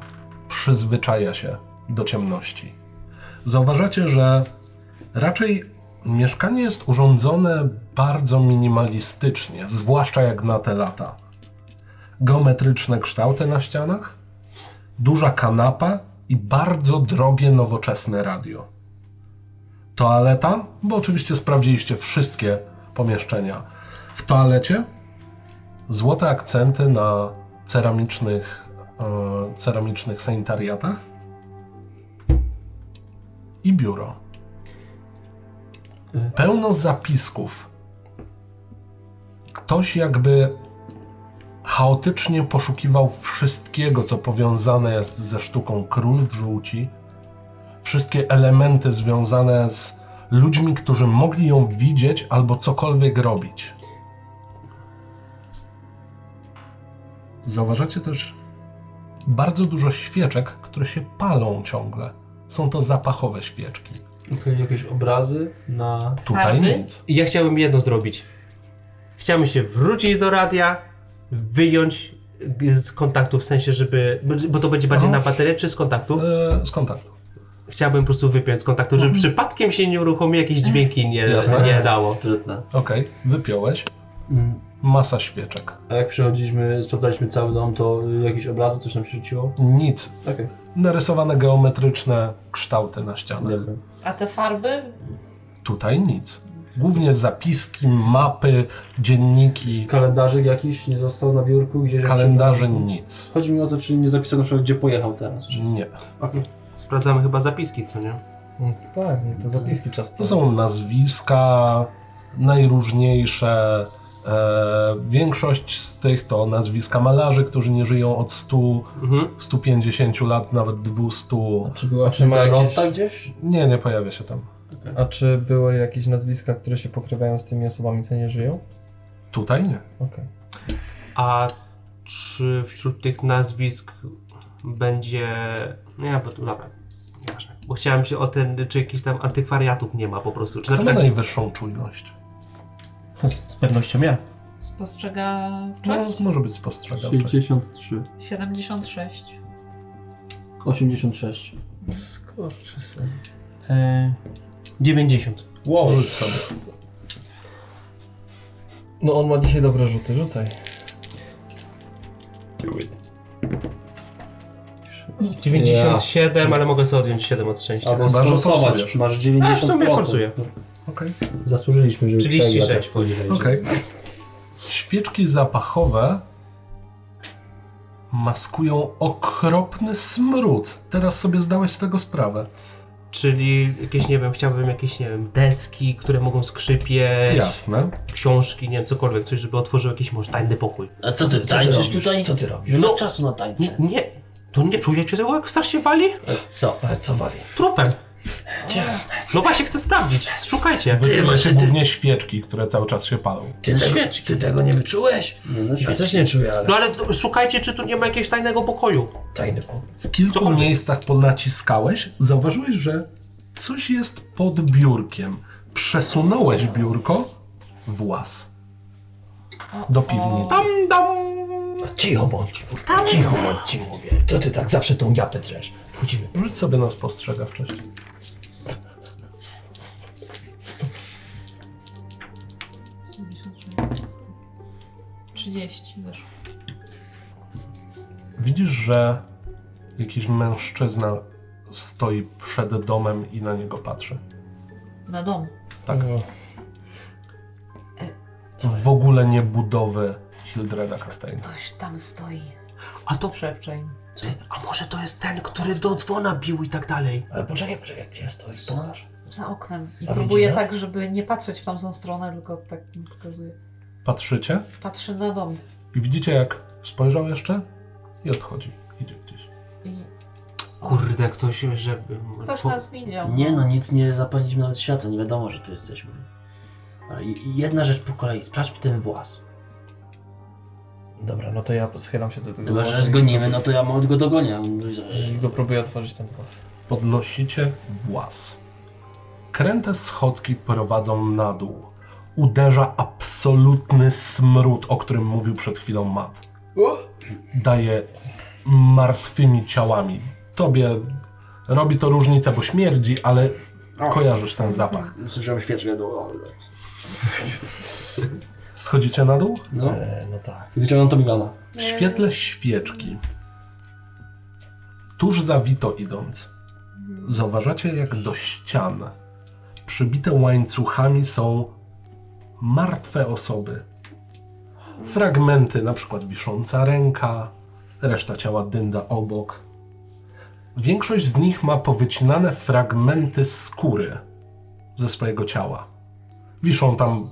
A: przyzwyczaja się do ciemności. Zauważacie, że raczej mieszkanie jest urządzone bardzo minimalistycznie, zwłaszcza jak na te lata. Geometryczne kształty na ścianach, duża kanapa i bardzo drogie nowoczesne radio. Toaleta, bo oczywiście sprawdziliście wszystkie pomieszczenia. W toalecie złote akcenty na ceramicznych, e, ceramicznych sanitariatach i biuro. Pełno zapisków. Ktoś jakby chaotycznie poszukiwał wszystkiego, co powiązane jest ze sztuką król w żółci. Wszystkie elementy związane z ludźmi, którzy mogli ją widzieć albo cokolwiek robić. Zauważacie też bardzo dużo świeczek, które się palą ciągle. Są to zapachowe świeczki.
F: jakieś obrazy na...
A: Tutaj
B: Farby?
A: nic.
D: I ja chciałbym jedno zrobić. Chciałbym się wrócić do radia, wyjąć g- z kontaktu, w sensie, żeby... Bo to będzie
F: No.
D: bardziej
A: Aha.
D: na baterię, czy z kontaktu?
A: E, z kontaktu.
D: Chciałbym po prostu wypiąć z kontaktu,
F: No.
D: żeby przypadkiem się nie uruchomił, jakieś dźwięki nie,
A: Jasne.
D: nie dało.
F: Sprytne.
A: Okej, wypiąłeś.
F: Mm.
A: masa świeczek.
F: A jak przychodziliśmy, sprawdzaliśmy cały dom, to y, jakieś obrazy, coś nam się rzuciło?
A: Nic.
F: Okej.
A: Narysowane geometryczne kształty na ścianach.
F: Dobra.
B: A te farby?
A: Tutaj nic. Głównie zapiski, mapy, dzienniki,
F: Kalendarzyk jakiś nie został na biurku? Gdzieś jak się-
A: kalendarze, nic.
F: Chodzi mi o to, czy nie zapisał na przykład, gdzie pojechał teraz. Czy...
A: Nie.
D: Sprawdzamy chyba zapiski, co nie?
E: No to tak, no to zapiski czas
A: To są nazwiska najróżniejsze. E, większość z tych to nazwiska malarzy, którzy nie żyją od 100,
D: Mhm.
A: 150 lat, nawet 200.
E: A czy, była,
F: A czy ma
E: jakieś,
F: Rota gdzieś?
A: Nie, nie pojawia się tam.
E: a czy były jakieś nazwiska, które się pokrywają z tymi osobami, co nie żyją?
A: Tutaj nie.
E: Okej.
D: A czy wśród tych nazwisk będzie... Nie, bo to dobra. Nieważne. Bo chciałem się o ten, czy jakichś tam antykwariatów nie ma po prostu. Czy na
A: To ma
D: przykład...
A: najwyższą czujność.
H: Z pewnością ja.
A: No,
B: Spostrzegawczość?
A: może być spostrzegawczość.
H: 63.
B: 76.
H: 86.
G: Skurczy
H: E, 90.
A: Wow, rzuć sobie.
E: No on ma dzisiaj dobre rzuty, rzucaj.
D: 97, ale mogę sobie odjąć 7 od szczęścia.
F: Albo
A: Chyba, że
F: sforsować,
A: forsujesz.
F: masz
D: A
F: 90%.
D: w sumie forsuję.
A: Okej.
F: Zasłużyliśmy, żeby
D: 36
F: przegrać, jak powiedzieliśmy.
A: Okej. Świeczki zapachowe maskują okropny smród. Teraz sobie zdałeś z tego sprawę.
D: Czyli jakieś, nie wiem, chciałbym jakieś, nie wiem, deski, które mogą skrzypieć,
A: Jasne.
D: książki, nie wiem, cokolwiek, coś, żeby otworzył jakiś może tajny pokój.
C: A co ty, tańczysz tutaj?
E: Co ty robisz?
F: No.
C: Nie ma czasu na
D: Nie,
C: tańce.
D: nie, to nie czujecie tego, jak strasznie wali?
C: Co?
E: Ale co wali?
D: Trupem. No właśnie, chcę sprawdzić, szukajcie.
A: Wyczułeś głównie świeczki, które cały czas się palą.
E: Ty, tego, ty tego nie wyczułeś? ja też nie czuję, ale
D: No ale to szukajcie, czy tu nie ma jakiegoś tajnego pokoju.
E: tajny pokój.
A: W kilku
D: Cokolwiek.
A: miejscach ponaciskałeś, zauważyłeś, że coś jest pod biurkiem. Przesunąłeś biurko w łaz. Do piwnicy.
D: Tam, tam.
E: A cicho bądź, kurwa, cicho bądź ci mówię. Co ty tak zawsze tą japę drzesz? Wchodzimy.
A: Rzuć sobie na spostrzegawczość.
B: Trzydzieści weszło.
A: Widzisz, że jakiś mężczyzna stoi przed domem i na niego patrzy.
B: Na dom.
A: Tak. W ogóle nie budowy Hildreda Castaina.
B: Ktoś tam stoi.
D: A to,
B: Szepcze im.
D: a może to jest ten, który do dzwona bił i tak dalej.
E: Ale poczekaj, poczekaj, gdzie stoi? Pokaż.
B: Za oknem. I
E: A
B: próbuje
E: widzi nas?
B: tak, żeby nie patrzeć w tamtą stronę, tylko tak pokazuje.
A: Patrzycie
B: Patrzy na dom.
A: i widzicie, jak spojrzał jeszcze i odchodzi. Idzie gdzieś.
B: I
D: Kurde, ktoś, żeby...
B: ktoś
D: po-
B: nas widział.
C: Nie no, nic nie zapłaciliśmy nawet światła, nie wiadomo, że tu jesteśmy. Ale i- i jedna rzecz po kolei, sprawdźmy ten włas.
E: Dobra, no to ja schylam się do tego
C: Chyba,
E: włosa
C: że
E: i-
C: gonimy, no to ja go dogonię.
E: i go próbuję otworzyć ten głos.
A: Podnosicie włas. Kręte schodki prowadzą na dół. Uderza absolutny smród, o którym mówił przed chwilą Matt. Daje martwymi ciałami. Tobie robi to różnicę, bo śmierdzi, ale kojarzysz ten zapach.
F: Słyszałem świeczkę do...
A: Schodzicie na dół?
F: No.
E: E, no tak.
F: I wyciągnął to Milana.
A: W świetle świeczki, tuż za Wito idąc, zauważacie, jak do ścian przybite łańcuchami są martwe osoby. Fragmenty, na przykład wisząca ręka, reszta ciała dynda obok. Większość z nich ma powycinane fragmenty skóry ze swojego ciała. Wiszą tam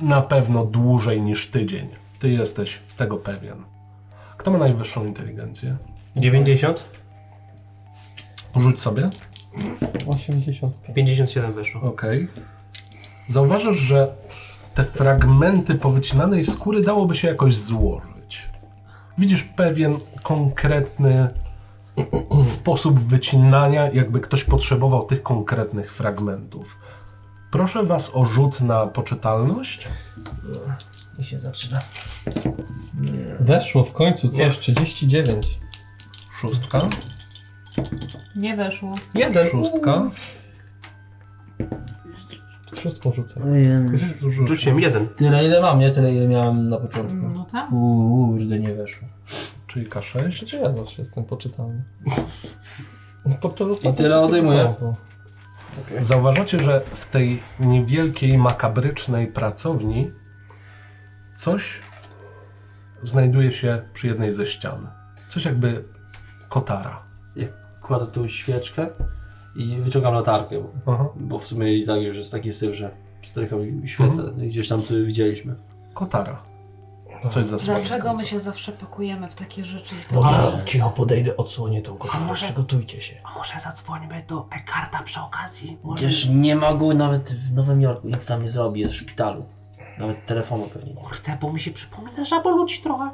A: na pewno dłużej niż tydzień. Ty jesteś tego pewien. Kto ma najwyższą inteligencję?
D: 90?
A: Rzuć sobie.
E: 85.
D: 57 weszło.
A: Okej. Zauważysz, że te fragmenty powycinanej skóry dałoby się jakoś złożyć. Widzisz pewien konkretny sposób wycinania, jakby ktoś potrzebował tych konkretnych fragmentów. Proszę Was o rzut na poczytalność.
E: I się zaczyna.
G: Weszło w końcu coś, 39.
A: Szóstka,
B: Nie weszło.
A: szóstka,
G: mistrzostwo rzucę.
D: Rzuciłem jeden.
C: Tyle ile mam, nie? Tyle ile miałem na początku.
B: No tak?
C: Kurde, nie weszło.
A: Czyli K6.
G: Przecież ja zawsze jestem poczytany. Podczas ostatnich
F: tyle
G: sesji
F: odejmuję.
G: tak samo było.
A: Zauważacie, że w tej niewielkiej, makabrycznej pracowni coś znajduje się przy jednej ze ścian. Coś jakby kotara.
F: Kładę tą świeczkę i wyciągam latarkę, bo,
A: Aha.
F: bo w sumie i tak już jest taki syf, że strycham i świecę.
D: Mhm.
F: Gdzieś tam co widzieliśmy.
A: Kotara. Coś zasłania.
B: Dlaczego my się zawsze pakujemy w takie rzeczy?
E: Dobra, cicho podejdę, odsłonię tą kotarę,
D: może-
E: przygotujcie się.
D: A może zadzwońmy do Ekarta przy okazji? Może...
C: Przecież nie ma go nawet w Nowym Jorku, nic tam nie zrobi, jest w szpitalu. Nawet telefonu pewnie nie.
D: Kurde, bo mi się przypomina żaboluci trochę.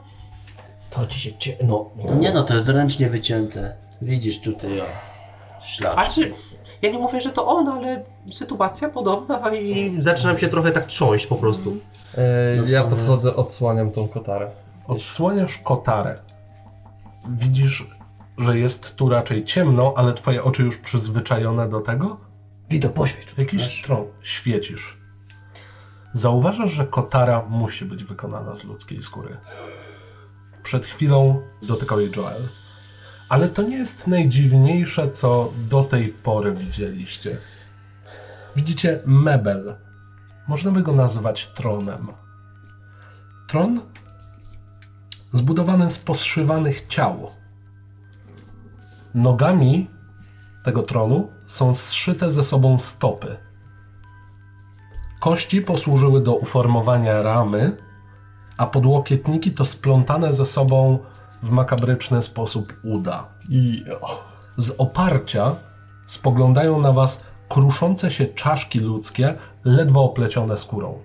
E: To ci się cie... No,
C: Nie no, to jest ręcznie wycięte. Widzisz tutaj, o.
D: A
C: Ślad.
D: czy... Ja nie mówię, że to on, ale sytuacja podobna i zaczynam się trochę tak trząść po prostu.
G: E,
C: No w
G: ja
C: sumie-
G: podchodzę, odsłaniam tą kotarę.
A: Odsłaniasz kotarę. Widzisz, że jest tu raczej ciemno, ale twoje oczy już przyzwyczajone do tego.
E: Wido, poświeć.
A: Jakiś tron świecisz. Zauważasz, że kotara musi być wykonana z ludzkiej skóry. Przed chwilą dotykał jej Joel. Ale to nie jest najdziwniejsze, co do tej pory widzieliście. Widzicie mebel. Można by go nazwać tronem. Tron zbudowany z poszywanych ciał. Nogami tego tronu są zszyte ze sobą stopy. Kości posłużyły do uformowania ramy, a podłokietniki to splątane ze sobą w makabryczny sposób uda.
G: I
A: Z oparcia spoglądają na was kruszące się czaszki ludzkie, ledwo oplecione skórą.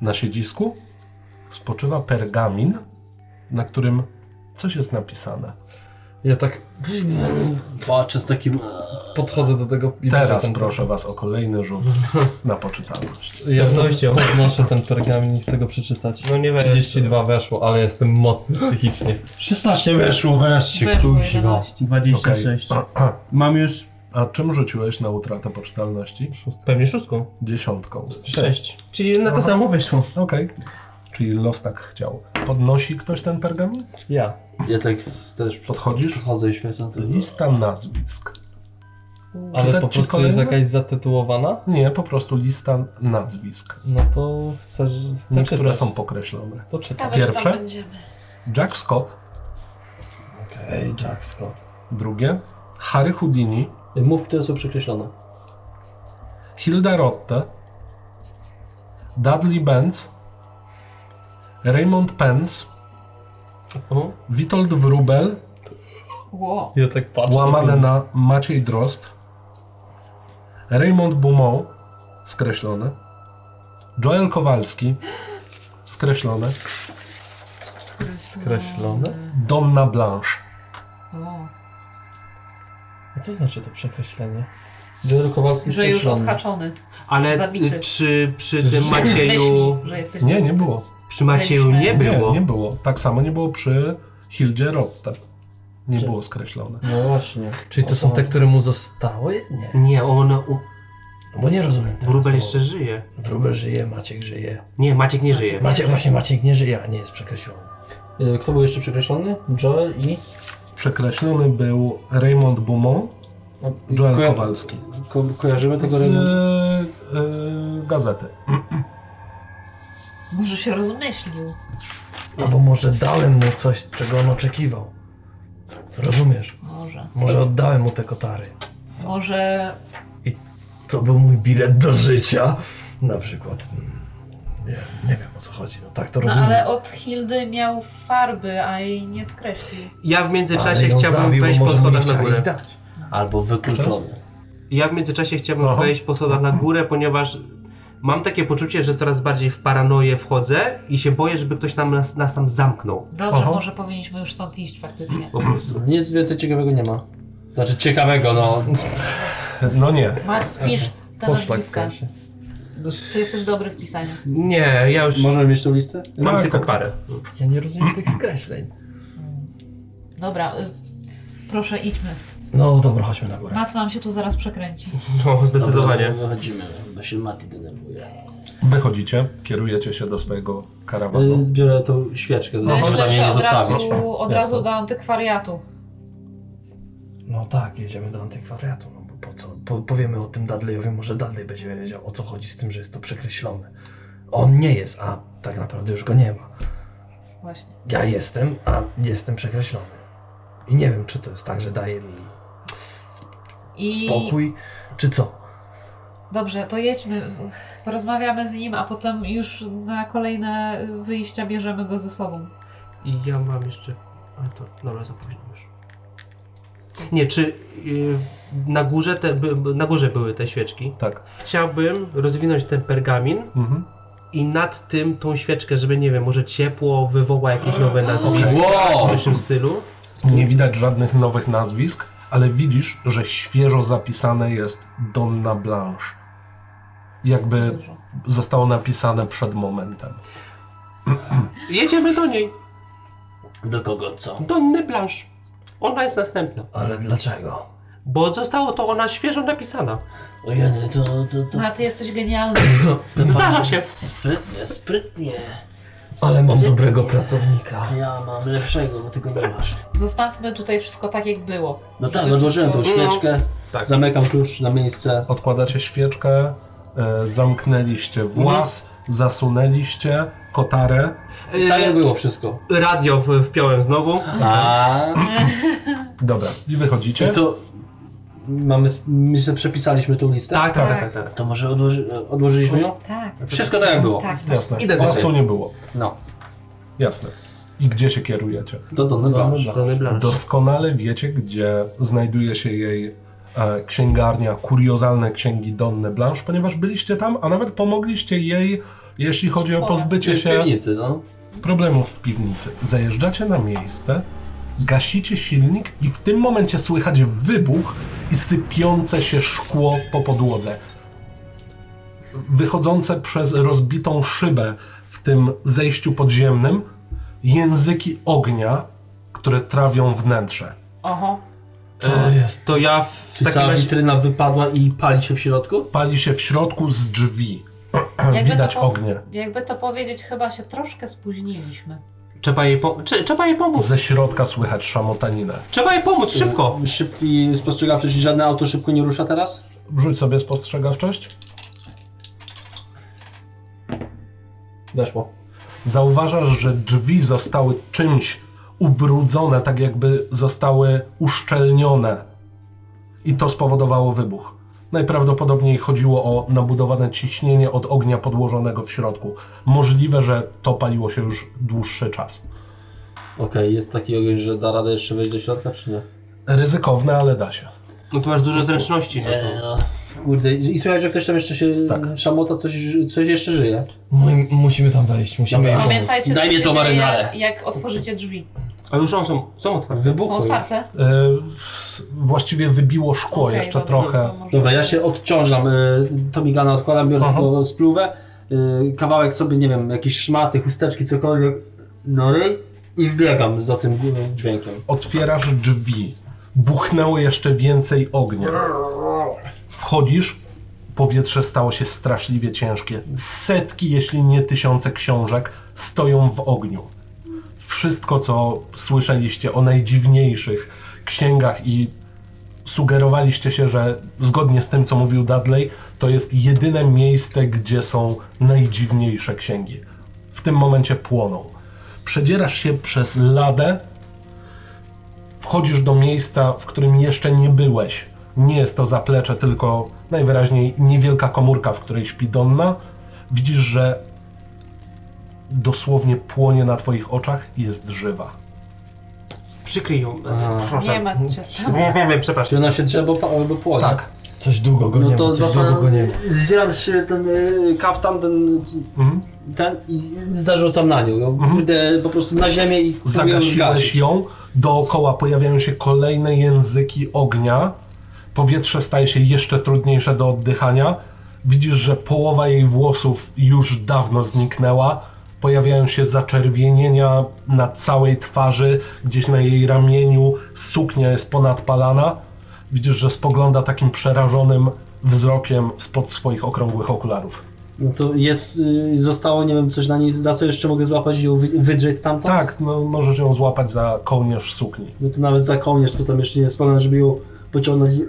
A: Na siedzisku spoczywa pergamin, na którym coś jest napisane.
G: ja tak
F: Patrzę z takim...
G: podchodzę do tego i
A: Teraz
G: ten-
A: proszę was o kolejny rzut na poczytalność.
G: Ja
E: tak
G: podnoszę ten pergamin i chcę go przeczytać.
D: No nie wejdę.
G: 32 weszło, ale jestem mocny psychicznie.
F: 16 weszło, wreszcie,
B: Weszło
F: kuźwa.
B: 11.
H: 26. Mam już
A: A czym rzuciłeś na utratę poczytalności?
D: Pewnie szóstką.
A: Dziesiątką.
G: 6.
D: Czyli na to samo wyszło.
A: Okej. Czyli los tak chciał. Podnosi ktoś ten pergamin?
G: Ja.
F: Ja tak z, też
A: Podchodzisz?
F: podchodzę i świecę.
A: Lista nazwisk.
G: Ale
A: Czytać
G: po
A: ci
G: prostu jest
A: kolejne?
G: jakaś zatytułowana?
A: Nie, po prostu lista nazwisk.
G: No to chcę, chcę
A: Niektóre
G: czytać.
A: są pokreślone.
G: To czytam.
B: Ciekawe, czy tam
A: Pierwsze?
B: będziemy.
A: Jack Scott,
E: Okej, Jack Scott.
A: drugie. Harry Houdini,
F: Mów, które są przekreślone.
A: Hilda Rotte, Dudley Benz, Raymond Pence,
D: Mhm.
A: Witold Wrubel,
B: Ło.
G: Ja tak patrzę.
A: łamane na Maciej Drost, Raymond Beaumont, skreślone, Joel Kowalski, skreślone,
G: Skreślone?
A: Donna Blanche.
B: O.
G: A co znaczy to przekreślenie?
F: Joel Kowalski
B: Że już odhaczony.
D: Ale
B: Zabity.
D: y, czy przy tym Macieju...
B: Myśli, że jesteś
A: Nie, nie było.
D: Przy Macieju nie
A: Nie,
D: było.
A: nie było. Tak samo nie było przy Hildzie Rotte. Nie było skreślone.
C: No właśnie.
G: Czyli to są te, które mu zostały? Nie.
D: Nie, on... u-
E: No bo nie rozumiem tego.
D: Wróbel
E: słowa.
D: jeszcze żyje.
E: Wróbel żyje, Maciek żyje.
D: Nie, Maciek nie żyje.
E: Maciek, właśnie Maciek nie żyje, a nie jest przekreślony.
D: Mm.
C: Y, Kto był jeszcze przekreślony? Joel i...
A: Przekreślony był Raymond Beaumont,
D: No,
A: Joel
F: Koja-
A: Kowalski.
F: Ko kojarzymy tego
A: Z
F: Raymonda?
A: y, gazety.
B: Może się rozmyślił.
E: Albo może dałem mu coś, czego on oczekiwał. Rozumiesz?
B: Może.
E: Może oddałem mu te kotary.
B: Może
E: To był mój bilet do życia. Na przykład. mm, Nie, nie wiem o co chodzi. No tak to
B: No
E: rozumiem.
B: ale od Hildy miał farby, a jej nie skreślił.
D: Ja w
E: Ale
D: międzyczasie
E: ją
D: chciałbym
E: zabił, bo
D: wejść po
E: może tak. mu nie
D: schodach na
E: chciała
D: górę.
E: ich dać.
C: Albo
F: No,
C: wykluczony.
D: Ja w międzyczasie chciałbym
E: No.
A: Aha.
D: wejść po schodach na górę, ponieważ mam takie poczucie, że coraz bardziej w paranoję wchodzę i się boję, żeby ktoś nam, nas, nas tam zamknął.
B: Dobrze,
A: Aha.
B: może powinniśmy już stąd iść faktycznie.
D: Po prostu.
E: No
F: Nic więcej ciekawego nie ma. Znaczy ciekawego, no.
A: No nie.
B: Mac, spisz te
G: Poszlak w
B: nazwiska.
G: sensie.
B: Ty jesteś dobry w pisaniu.
D: Nie, ja już
F: Możemy mieć tą listę?
D: mam
A: Tak,
D: tylko
A: tak.
D: parę.
G: Ja nie rozumiem tych skreśleń.
B: Dobra, y, proszę idźmy.
E: No dobra, chodźmy na górę.
B: Mat nam się tu zaraz przekręci.
D: No, zdecydowanie.
C: Wychodzimy, bo się Mati denerwuje.
A: Wychodzicie, kierujecie się do swojego karawanu.
F: Y, Zbiorę tą świeczkę,
B: No,
F: żeby tam
B: Myślę,
F: jej
B: że
F: nie
B: od
F: zostawić.
B: razu, od razu do antykwariatu.
E: No tak, jedziemy do antykwariatu, no bo po co? Po, powiemy o tym Dudleyowi, może Dudley będzie wiedział o co chodzi z tym, że jest to przekreślone. On nie jest, a tak naprawdę już go nie ma.
B: Właśnie.
E: Ja jestem, a jestem przekreślony. I nie wiem, czy to jest tak, że daje mi
B: I
E: spokój, czy co.
B: dobrze, to jedźmy, z- porozmawiamy z nim, a potem już na kolejne wyjścia bierzemy go ze sobą.
D: I ja mam jeszcze... Ale to, dobra, za późno już. Nie, czy y, na, górze te, by, by- na górze były te świeczki?
A: Tak.
D: Chciałbym rozwinąć ten pergamin
A: Mhm.
D: i nad tym tą świeczkę, żeby, nie wiem, może ciepło wywoła jakieś nowe nazwisko
F: Wow!
D: w tym stylu.
A: Nie widać żadnych nowych nazwisk, ale widzisz, że świeżo zapisane jest Donna Blanche. Jakby
B: Dużo.
A: zostało napisane przed momentem.
D: Jedziemy do niej,
C: Do kogo co?
D: do Nny Blanche. Ona jest następna,
E: Ale dlaczego?
D: bo zostało to ona świeżo napisana.
C: Ojej, to, to, to
B: Mat, No, jesteś genialny.
D: Zdarza się.
C: sprytnie, sprytnie.
E: Ale mam
C: Sprytnie.
E: dobrego pracownika.
C: Ja mam lepszego, bo tego nie masz.
B: Zostawmy tutaj wszystko tak, jak było.
C: No tak,
B: Żeby
C: odłożyłem tą
D: wszystko-
C: świeczkę,
D: Tak.
C: zamykam klucz na miejsce.
A: Odkładacie świeczkę, e, zamknęliście włas,
D: Mhm.
A: zasunęliście kotarę.
C: Tak jak
D: Y,
C: było wszystko.
D: radio w- wpiąłem znowu.
C: A
A: Dobra, i wychodzicie.
F: I to mamy, myślę, przepisaliśmy tą listę.
D: Tak, tak, tak. tak,
C: to może odłoży, odłożyliśmy ją?
B: Tak,
F: Wszystko tak jak było.
B: tak.
A: Jasne.
D: Idę do
A: Was
D: siebie.
A: tu nie było.
F: No.
A: Jasne. I gdzie się kierujecie?
F: Do Donny Blanche.
D: Do Nny Blanche.
A: Doskonale wiecie, gdzie znajduje się jej e, księgarnia, kuriozalne księgi Donne Blanche, ponieważ byliście tam, a nawet pomogliście jej, jeśli chodzi o
B: Szkole.
A: pozbycie
F: W
A: się
F: piwnicy, no.
A: problemów w piwnicy. Zajeżdżacie na miejsce, gasicie silnik i w tym momencie słychać wybuch i sypiące się szkło po podłodze. Wychodzące przez rozbitą szybę w tym zejściu podziemnym języki ognia, które trawią wnętrze.
B: Oho.
E: Co jest?
D: To ja w
F: Czy
D: takim
F: cała
D: razie...
F: witryna wypadła i pali się w środku?
A: Pali się w środku z drzwi.
B: Jakby
A: Widać
B: to po-
A: ognie.
B: Jakby to powiedzieć, chyba się troszkę spóźniliśmy.
D: Trzeba jej, po... Trze- Trzeba jej pomóc.
A: Ze środka słychać szamotaninę.
D: Trzeba jej pomóc, szybko.
F: Szybki spostrzegawczy, czyli żadne auto szybko nie rusza teraz?
A: Rzuć sobie spostrzegawczość.
F: Weszło.
A: Zauważasz, że drzwi zostały czymś ubrudzone, tak jakby zostały uszczelnione. I to spowodowało wybuch. Najprawdopodobniej chodziło o nabudowane ciśnienie od ognia podłożonego w środku. Możliwe, że to paliło się już dłuższy czas.
F: Okej, jest taki ogień, że da radę jeszcze wejść do środka, czy nie?
A: Ryzykowne, ale da się. Y,
D: No to masz dużo zręczności. No
C: E, no.
D: to.
F: Kurde, i i słuchaj, że ktoś tam jeszcze się
A: Tak.
F: szamota, coś, coś jeszcze żyje.
E: My musimy tam wejść, musimy jej pomóc.
B: Pamiętajcie,
C: Daj
B: co
C: mi
B: się
C: to
B: dzieje,
C: marynarę.
B: jak otworzycie drzwi.
D: A już one są, są otwarte.
B: Są
F: Wybuchło już.
B: otwarte?
A: Yy, s- właściwie wybiło szkło
B: Okej,
A: jeszcze
B: dobra, to
A: trochę.
B: może-
F: Dobra, ja się odciążam, y, Tomigana odkładam, biorę
A: Aha.
F: tylko spluwę, y, kawałek sobie, nie wiem, jakieś szmaty, chusteczki, cokolwiek, no ryj i wbiegam za tym gó- dźwiękiem.
A: Otwierasz drzwi. Buchnęło jeszcze więcej ognia. Wchodzisz, powietrze stało się straszliwie ciężkie. Setki, jeśli nie tysiące książek stoją w ogniu. Wszystko, co słyszeliście o najdziwniejszych księgach i sugerowaliście się, że zgodnie z tym, co mówił Dudley, to jest jedyne miejsce, gdzie są najdziwniejsze księgi. W tym momencie płoną. Przedzierasz się przez ladę, wchodzisz do miejsca, w którym jeszcze nie byłeś. Nie jest to zaplecze, tylko najwyraźniej niewielka komórka, w której śpi Donna. Widzisz, że dosłownie płonie na twoich oczach i jest żywa.
D: Przykryj ją. Proszę.
B: Nie ma cię tam.
D: Nie, nie, nie,
F: Czy
D: przepraszam.
F: ona się drzewo pa- albo płonie?
A: Tak.
E: Coś długo go
F: No
E: nie ma,
F: to
E: coś
F: zasłania-
E: długo go nie ma.
F: Zdzieram się ten y, kaftan, ten,
A: Mhm.
F: ten i zarzucam na nią, no, kurde, po prostu na ziemię i próbuję ją
A: Zagasiłeś
F: zgasić.
A: ją, dookoła pojawiają się kolejne języki ognia, powietrze staje się jeszcze trudniejsze do oddychania. Widzisz, że połowa jej włosów już dawno zniknęła. Pojawiają się zaczerwienienia na całej twarzy, gdzieś na jej ramieniu, suknia jest ponadpalana. Widzisz, że spogląda takim przerażonym wzrokiem spod swoich okrągłych okularów.
F: No to jest, y, zostało, nie wiem, coś na niej, za co jeszcze mogę złapać i ją wy- wydrzeć stamtąd?
A: Tak, no, możesz ją złapać za kołnierz sukni.
F: No to nawet za kołnierz, to tam jeszcze nie jest pełne, żeby ją pociągnąć i...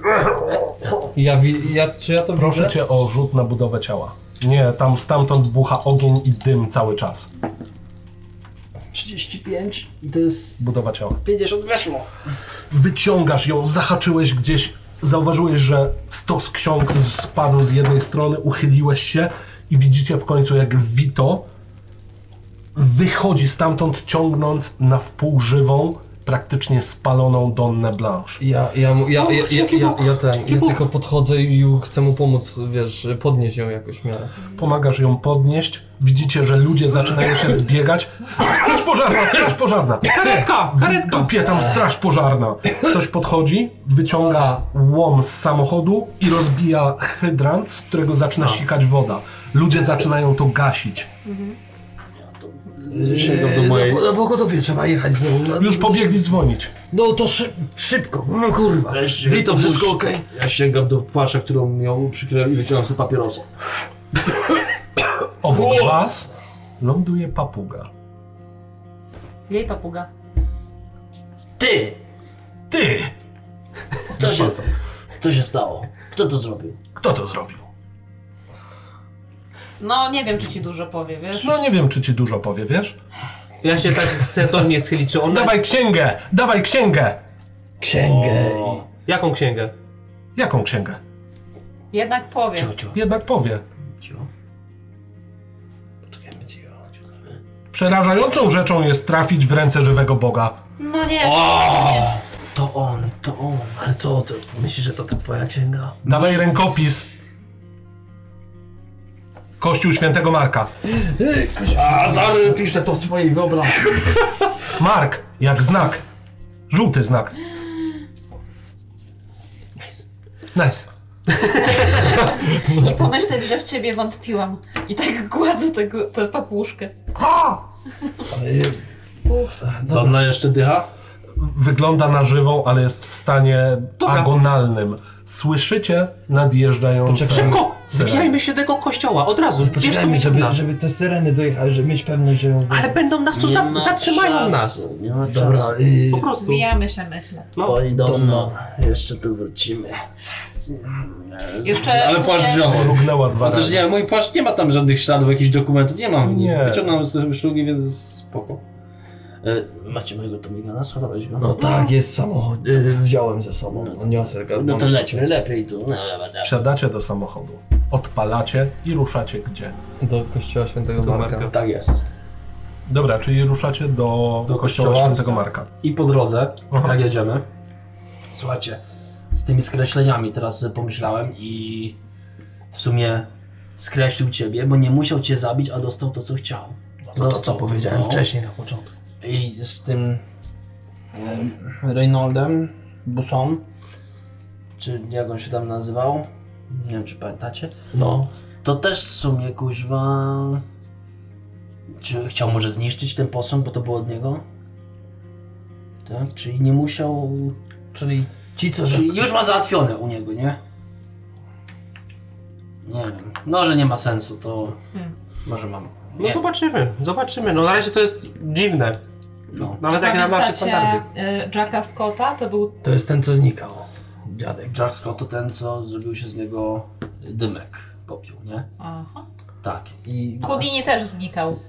E: Ja, wi- ja, czy ja to
A: Proszę
E: widzę?
A: cię o rzut na budowę ciała. Nie, tam stamtąd bucha ogień i dym cały czas.
F: 35 i to jest
A: Budowa ciała.
F: 50, weszło!
A: wyciągasz ją, zahaczyłeś gdzieś, zauważyłeś, że stos ksiąg z- spadł z jednej strony, uchyliłeś się i widzicie w końcu, jak Vito wychodzi stamtąd, ciągnąc na wpół żywą, praktycznie spaloną Donnę Blanche.
E: Ja, ja, mu- ja, ja, ja, ja, ja, ten, ja tylko podchodzę i chcę mu pomóc, wiesz, podnieść ją jakoś w miarę.
A: Pomagasz ją podnieść, widzicie, że ludzie zaczynają się zbiegać. Straż pożarna, straż pożarna!
D: Karetka!
A: W dupie tam straż pożarna. Ktoś podchodzi, wyciąga łom z samochodu i rozbija hydrant, z którego zaczyna sikać woda. Ludzie zaczynają to gasić.
F: Sięgam do
E: No,
F: mojej...
E: Na pogotowie trzeba jechać znowu. No,
A: Już pobiegli dzwonić.
E: no to szy, szybko, no kurwa. Wito, wszystko okej?
F: Ja sięgam do płaszcza, którą miał przykryłem i wyciągam sobie papierosa.
A: Obok was ląduje papuga.
B: Jej papuga.
C: Ty!
A: Ty!
C: Co się, co się stało? Kto to zrobił?
A: Kto to zrobił?
B: No nie wiem, czy ci dużo powie, wiesz?
A: No nie wiem, czy ci dużo powie, wiesz?
D: Ja się tak chcę to nie schylić, czy ona...
A: Dawaj księgę! Dawaj księgę!
E: Księgę.
D: O, Jaką księgę?
A: Jaką księgę?
B: Jednak powiem.
A: Jednak powie.
E: Poczekajmy ci o.
A: Przerażającą rzeczą jest trafić w ręce żywego Boga.
B: No nie, nie.
E: To on, to on. Ale co, to, myślisz, że to ta twoja księga?
A: Dawaj rękopis. Kościół świętego Marka.
E: Azar pisze to w swojej wyobraźni.
A: Mark, jak znak. Żółty znak. Nice.
B: I pomyśleć, że w ciebie wątpiłam. I tak gładzę tego, tę papuszkę. Uff,
A: No
F: Donna jeszcze dycha?
A: Wygląda na żywą, ale jest w stanie
D: Dobra.
A: agonalnym. Słyszycie nadjeżdżające...
E: Poczekaj.
D: Szybko! Zbijajmy się tego kościoła, od razu. Gdzież to
E: Poczekajmy,
D: mi
E: żeby,
D: żeby,
E: żeby te syreny dojechały, żeby mieć pewność, że ją...
D: Ale będą nas tu, za, zatrzymają nas.
C: Nie ma czasu.
E: Dobra, y,
D: Po prostu.
B: zwijamy się, myślę.
D: No,
C: Oj, Donno,
E: Donna.
C: jeszcze tu wrócimy.
B: Jeszcze
F: Ale płaszcz wziął.
A: Mrugnęła dwa
F: Chociaż
A: razy.
F: No nie, mój płaszcz nie ma tam żadnych śladów, jakichś dokumentów, nie mam w nim.
A: Nie.
F: Wyciągnąłem sobie szlugi, więc spoko.
C: E, macie mojego Tomigana? Schowałeś go?
E: No tak, jest samochód. Y, wziąłem ze sobą, niosę.
C: No to lećmy, lepiej tu. No, no, no.
A: Wsiadacie do samochodu, odpalacie i ruszacie gdzie?
E: Do kościoła świętego Marka.
D: Marka.
F: Tak jest.
A: Dobra, czyli ruszacie do,
F: Do
A: kościoła,
F: kościoła.
A: świętego Marka.
F: I po drodze,
A: Aha.
F: jak jedziemy,
C: Słuchajcie, z tymi skreśleniami teraz sobie pomyślałem i w sumie skreślił ciebie, bo nie musiał cię zabić, a dostał to, co chciał.
E: To, to co powiedziałem
C: No.
E: wcześniej na początku.
C: I z tym em, Reynoldem Buson, czy jak on się tam nazywał, nie wiem czy pamiętacie,
E: No.
C: to też w sumie kuźwa... Czy chciał może zniszczyć ten posąg, bo to było od niego? Tak, czyli nie musiał...
E: Czyli ci, co... Że...
C: Czyli już ma załatwione u niego, nie? Nie wiem, no że nie ma sensu, to może mam.
D: no
C: Nie.
D: zobaczymy, zobaczymy. No na razie to jest dziwne.
C: No.
D: Nawet jak tak na nasze
B: Pamiętacie
D: standardy.
B: y, Jacka Scotta? To był
E: To jest ten, co znikał. Dziadek.
C: Jack Scott to ten, co zrobił się z niego dymek, popiół, nie?
B: Aha.
C: Tak. I...
B: Houdini też znikał.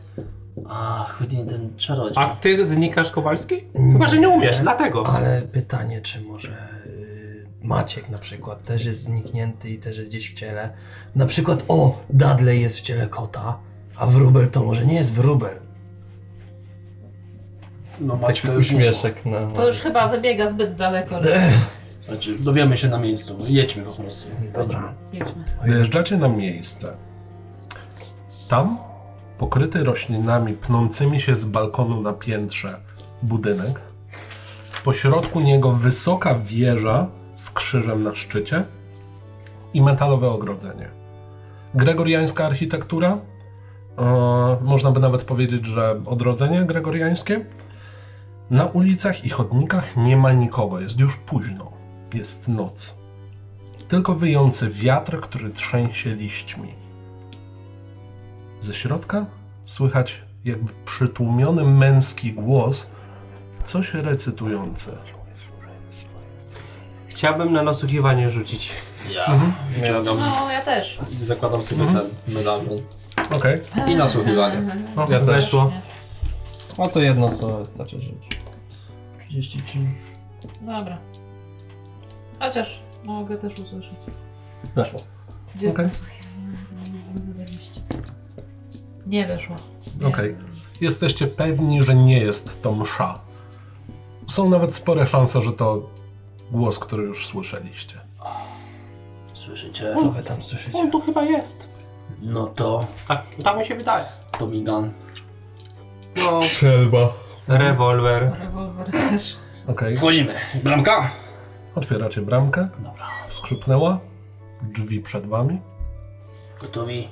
C: A, Houdini ten czarodziej.
D: A ty znikasz Kowalski? Chyba, że nie umiesz, dlatego.
E: Ale pytanie, czy może y, Maciek na przykład też jest zniknięty i też jest gdzieś w ciele. Na przykład, o, Dudley jest w ciele kota, a wróbel to może nie jest wróbel.
C: no Maćka już nie.
E: na...
B: To już chyba wybiega zbyt daleko. Że...
C: Znaczy, dowiemy się na
F: no,
C: miejscu. Jedźmy po prostu.
E: Dobra.
B: Jedźmy.
A: Dojeżdżacie na miejsce. Tam, pokryty roślinami pnącymi się z balkonu na piętrze budynek, pośrodku niego wysoka wieża z krzyżem na szczycie i metalowe ogrodzenie. Gregoriańska architektura, e, można by nawet powiedzieć, że odrodzenie gregoriańskie. Na ulicach i chodnikach nie ma nikogo, jest już późno. Jest noc. Tylko wyjący wiatr, który trzęsie liśćmi. Ze środka słychać jakby przytłumiony męski głos, coś recytujący.
D: Chciałbym na nasłuchiwanie rzucić.
C: Ja.
F: Wyciągam,
B: No, ja też.
F: zakładam sobie ten medalion.
A: Okej.
F: I nasłuchiwanie.
B: Mhm.
A: Ja też.
D: Weszło.
G: No to jedno co wystarczy, że...
C: 33.
B: Dobra. Chociaż mogę też usłyszeć.
G: Weszło.
B: Gdzie jest
A: Okej.
B: okay. Nie weszło. Nie.
A: Okej. Jesteście pewni, że nie jest to msza. Są nawet spore szanse, że to głos, który już słyszeliście.
C: Słyszycie?
E: Co wy tam słyszycie?
D: On tu chyba jest.
C: No to,
D: Tak, tak mi się wydaje.
C: to migan.
D: No,
A: Strzelba.
D: rewolwer.
B: Rewolwer też.
A: Okej.
C: Wchodzimy. Bramka?
A: Otwieracie bramkę.
C: Dobra.
A: Skrzypnęła. Drzwi przed wami.
C: Gotowi?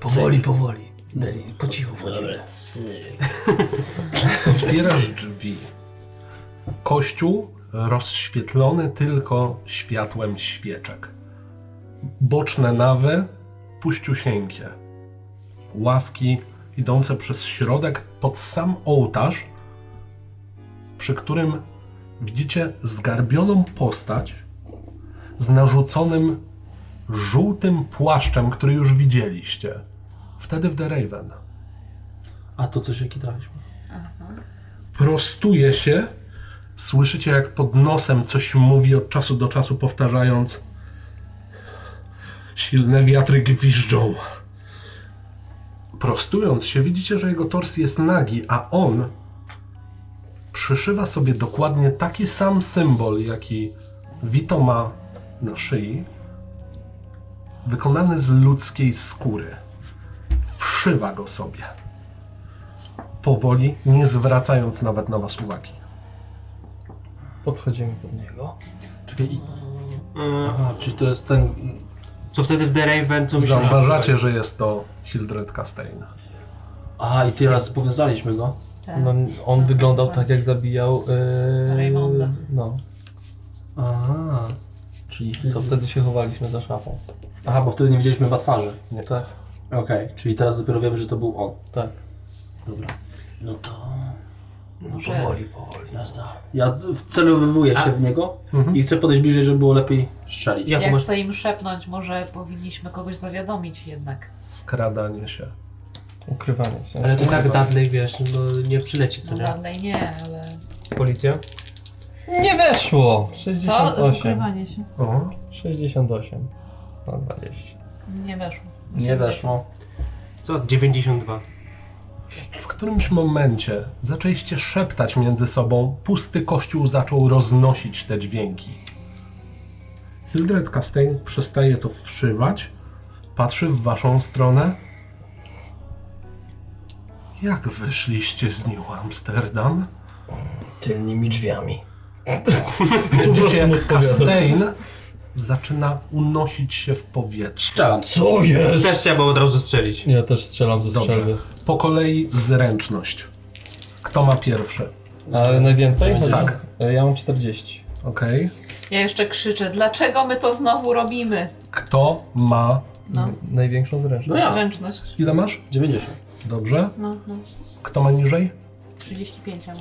E: Powoli, powoli. Deli, po cichu
C: Dobra.
E: wchodzimy.
C: Cyk.
A: Otwierasz drzwi. Kościół rozświetlony tylko światłem świeczek. Boczne nawy puściusieńkie. Ławki idące przez środek pod sam ołtarz, przy którym widzicie zgarbioną postać z narzuconym żółtym płaszczem, który już widzieliście. Wtedy w The Raven.
F: A to coś jakie daliśmy?
A: prostuje się. Słyszycie, jak pod nosem coś mówi od czasu do czasu, powtarzając: Silne wiatry gwiżdżą. Prostując się, widzicie, że jego tors jest nagi, a on przyszywa sobie dokładnie taki sam symbol, jaki Vito ma na szyi, wykonany z ludzkiej skóry. Wszywa go sobie powoli, nie zwracając nawet na was uwagi.
G: Podchodzimy pod niego.
F: Czekaj, i...
D: Mm,
F: Aha, czyli to jest ten...
D: Co wtedy w The Raven, co myślisz?
A: Zauważacie, że jest to Hildred Castaigne.
F: Aha, i teraz powiązaliśmy go.
B: Tak.
G: No, on wyglądał tak jak zabijał... Yy...
B: Raymonda.
G: No.
F: Aha. Czyli
G: Co wtedy się chowaliśmy za szafą.
F: Aha, bo wtedy nie widzieliśmy go twarzy.
G: Nie. Tak.
F: Okej, czyli teraz dopiero wiemy, że to był on.
G: Tak.
F: Dobra.
C: No to...
B: Może.
E: Powoli, powoli.
C: Jazda.
F: Ja wcelowywuję się w niego
G: Mhm.
F: i chcę podejść bliżej, żeby było lepiej strzelić.
D: Jak
B: Ja
D: masz?
B: chcę im szepnąć, może powinniśmy kogoś zawiadomić jednak.
A: Skradanie się.
G: Ukrywanie się.
D: Ale to tak Dudley, wiesz, no nie przyleci, co
B: No
D: nie?
B: żadnej nie, ale...
D: Policja?
G: Nie weszło!
B: Co?
G: 68.
B: Ukrywanie się.
A: O,
G: 68
E: No,
G: na 20.
B: Nie weszło.
F: Nie weszło.
D: Co? 92.
A: W którymś momencie zaczęliście szeptać między sobą, pusty kościół zaczął roznosić te dźwięki. Hildred Castaigne przestaje to wszywać, patrzy w waszą stronę. Jak wyszliście z New Amsterdam?
E: Tylnymi drzwiami.
A: Widzicie, jak Castaigne zaczyna unosić się w powietrzu.
F: Strzelam.
E: Co jest?
D: Też trzeba było od razu strzelić.
G: Ja też strzelam ze
A: Dobrze.
G: strzelby.
A: Po kolei zręczność. Kto ma pierwszy?
G: Ale najwięcej? Chodzi?
A: Tak.
G: E, Ja mam 40.
A: Okej.
B: Ja jeszcze krzyczę, dlaczego my to znowu robimy?
A: Kto ma.
B: No,
G: Największą
F: No
G: zręczność.
F: ja.
B: zręczność.
A: Ile masz?
F: 90.
A: Dobrze.
B: No, no.
A: Kto ma niżej?
B: 35, no.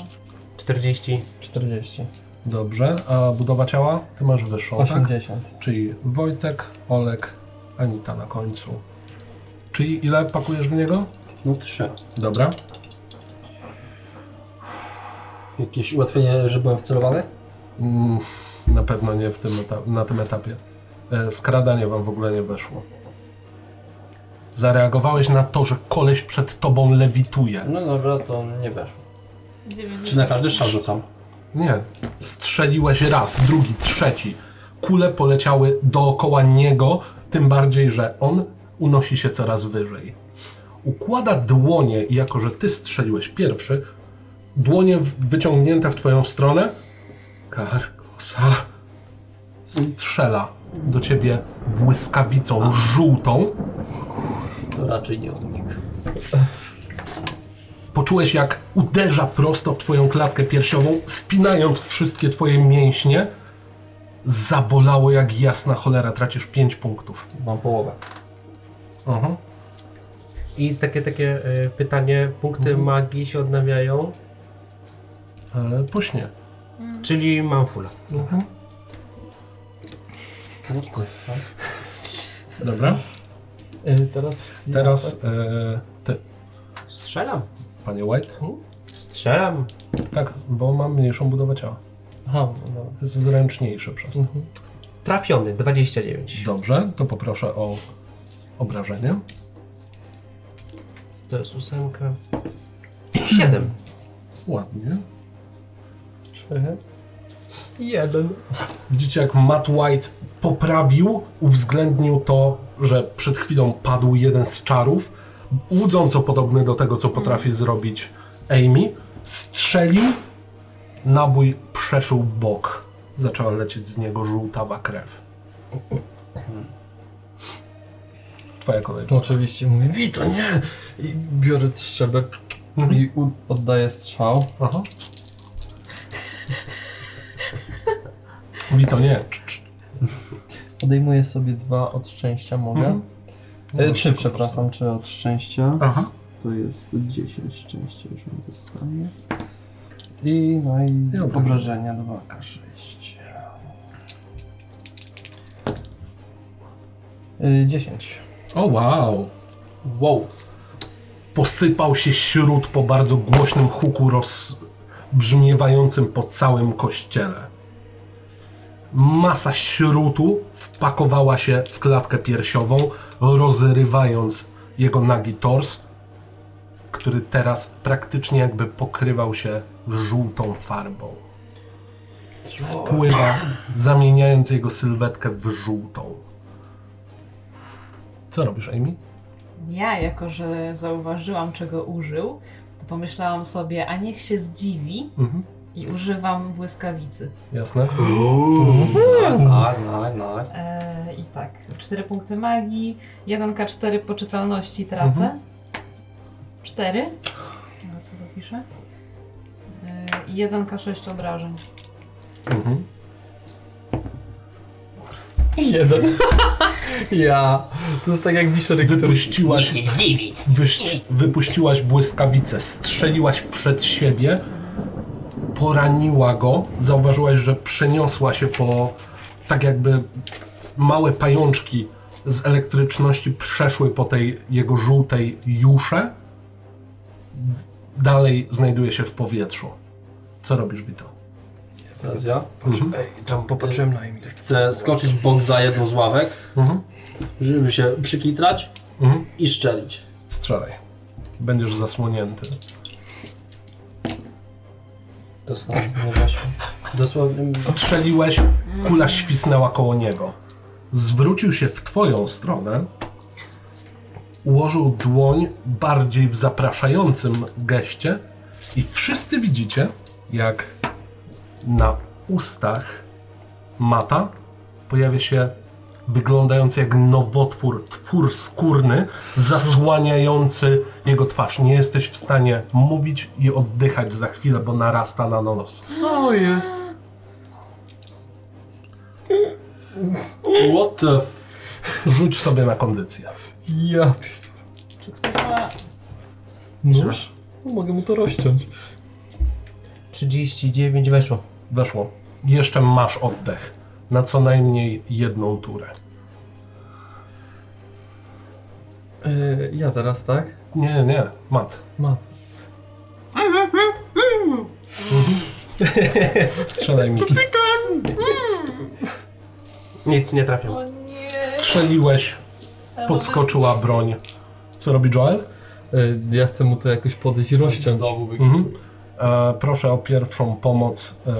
D: 40.
G: 40.
A: Dobrze. A budowa ciała? Ty masz wyższą, tak?
G: 80.
A: Czyli Wojtek, Olek, Anita na końcu. Czyli ile pakujesz w niego?
F: No trzy.
A: Dobra.
F: Jakieś ułatwienie, że byłem wcelowany?
A: Mm, na pewno nie w tym eta- na tym etapie. E, skradanie wam w ogóle nie weszło. Zareagowałeś na to, że koleś przed tobą lewituje.
F: No dobra, to nie weszło.
B: 9.
F: Czy na każdy strzał rzucam?
A: Nie. Strzeliłeś raz, drugi, trzeci. Kule poleciały dookoła niego, tym bardziej, że on unosi się coraz wyżej. Układa dłonie i jako, że ty strzeliłeś pierwszy, dłonie w- wyciągnięte w twoją stronę, Karkosa strzela do ciebie błyskawicą żółtą.
F: To raczej nie unik.
A: Poczułeś, jak uderza prosto w twoją klatkę piersiową, spinając wszystkie twoje mięśnie. Zabolało jak jasna cholera, tracisz 5 punktów.
D: Mam połowę.
A: Mhm.
D: I takie, takie e, pytanie, punkty magii się odnawiają,
A: E, po śnie.
D: czyli mam fulla.
A: Dobra.
E: Y, teraz... ja- tak-
A: Teraz e, ty,
D: Strzelam.
A: panie White.
E: Mhm.
D: Strzelam.
A: Tak, bo mam mniejszą budowę ciała.
E: Aha, no. Mhm.
A: Jest zręczniejszy przez to.
D: Trafiony, 29.
A: Dobrze, to poproszę o obrażenie.
D: To jest ósemka. 7.
A: Ładnie.
E: Trzy.
D: Jeden.
A: Widzicie, jak Matt White poprawił, uwzględnił to, że przed chwilą padł jeden z czarów, łudząco podobny do tego, co potrafi zrobić Amy. Strzelił, nabój przeszył bok. Zaczęła lecieć z niego żółtawa krew. Twoja kolej.
E: No Oczywiście mówię, Wito, nie! I biorę strzebek i u- oddaję strzał.
A: Aha. Mówi to nie. Cz, cz.
E: Odejmuję sobie dwa od szczęścia, mogę?
A: Mhm.
E: E, trzy, przepraszam, trzy od szczęścia.
A: Aha.
E: To jest 10 szczęścia, już mi zostanie. I no i
A: I obrażenia.
E: obrażenia 2K6. Y, 10.
A: O wow.
C: Wow.
A: posypał się śród po bardzo głośnym huku rozbrzmiewającym po całym kościele. Masa śrutu wpakowała się w klatkę piersiową, rozrywając jego nagi tors, który teraz praktycznie jakby pokrywał się żółtą farbą. Spływa, zamieniając jego sylwetkę w żółtą. Co robisz, Amy?
B: Ja, jako że zauważyłam, czego użył, to pomyślałam sobie, a niech się zdziwi
A: Mhm.
B: i używam błyskawicy.
A: Jasne?
C: Nice, nice, nice.
B: Eee, I tak, 4 punkty magii, 1k4 poczytalności tracę.
G: Mhm.
B: 4. Teraz sobie zapiszę. Eee, 1k6 obrażeń.
A: Mhm.
E: Jeden. ja. To jest tak jak wiszerek, który...
A: Wypuściłaś, wyś- wypuściłaś błyskawicę, strzeliłaś przed siebie, poraniła go, zauważyłaś, że przeniosła się po tak jakby małe pajączki z elektryczności przeszły po tej jego żółtej jusze. W- Dalej znajduje się w powietrzu. Co robisz, Wito?
F: Teraz ja
E: Ej, tam popatrzyłem na imię.
F: chcę skoczyć w bok za jedną z ławek,
A: Mhm.
F: żeby się przykitrać
A: Mhm.
F: i szczelić.
A: Strzelaj. Będziesz zasłonięty.
F: Dosłownie, no właśnie. Dosłownie.
A: Strzeliłeś, kula świsnęła koło niego. Zwrócił się w twoją stronę, ułożył dłoń bardziej w zapraszającym geście i wszyscy widzicie, jak na ustach mata pojawia się wyglądający jak nowotwór, twór skórny, zasłaniający jego twarz. Nie jesteś w stanie mówić i oddychać za chwilę, bo narasta na nos.
E: Co jest?
F: What the f...
A: Rzuć sobie na kondycję.
E: Ja... pi-
B: Czy ktoś ma
E: Nóż? No, mogę mu to rozciąć.
D: 39 weszło.
A: Weszło. Jeszcze masz oddech. Na co najmniej jedną turę.
E: Y, ja zaraz, tak?
A: Nie, nie, mat. Mhm.
E: Mat.
A: Strzelaj mi.
D: Nic nie trafiam.
B: O nie!
A: Strzeliłeś, podskoczyła broń. Co robi Joel?
E: Y, ja chcę mu to jakoś podejść i rozciąć.
A: Mhm. E, proszę o pierwszą pomoc e,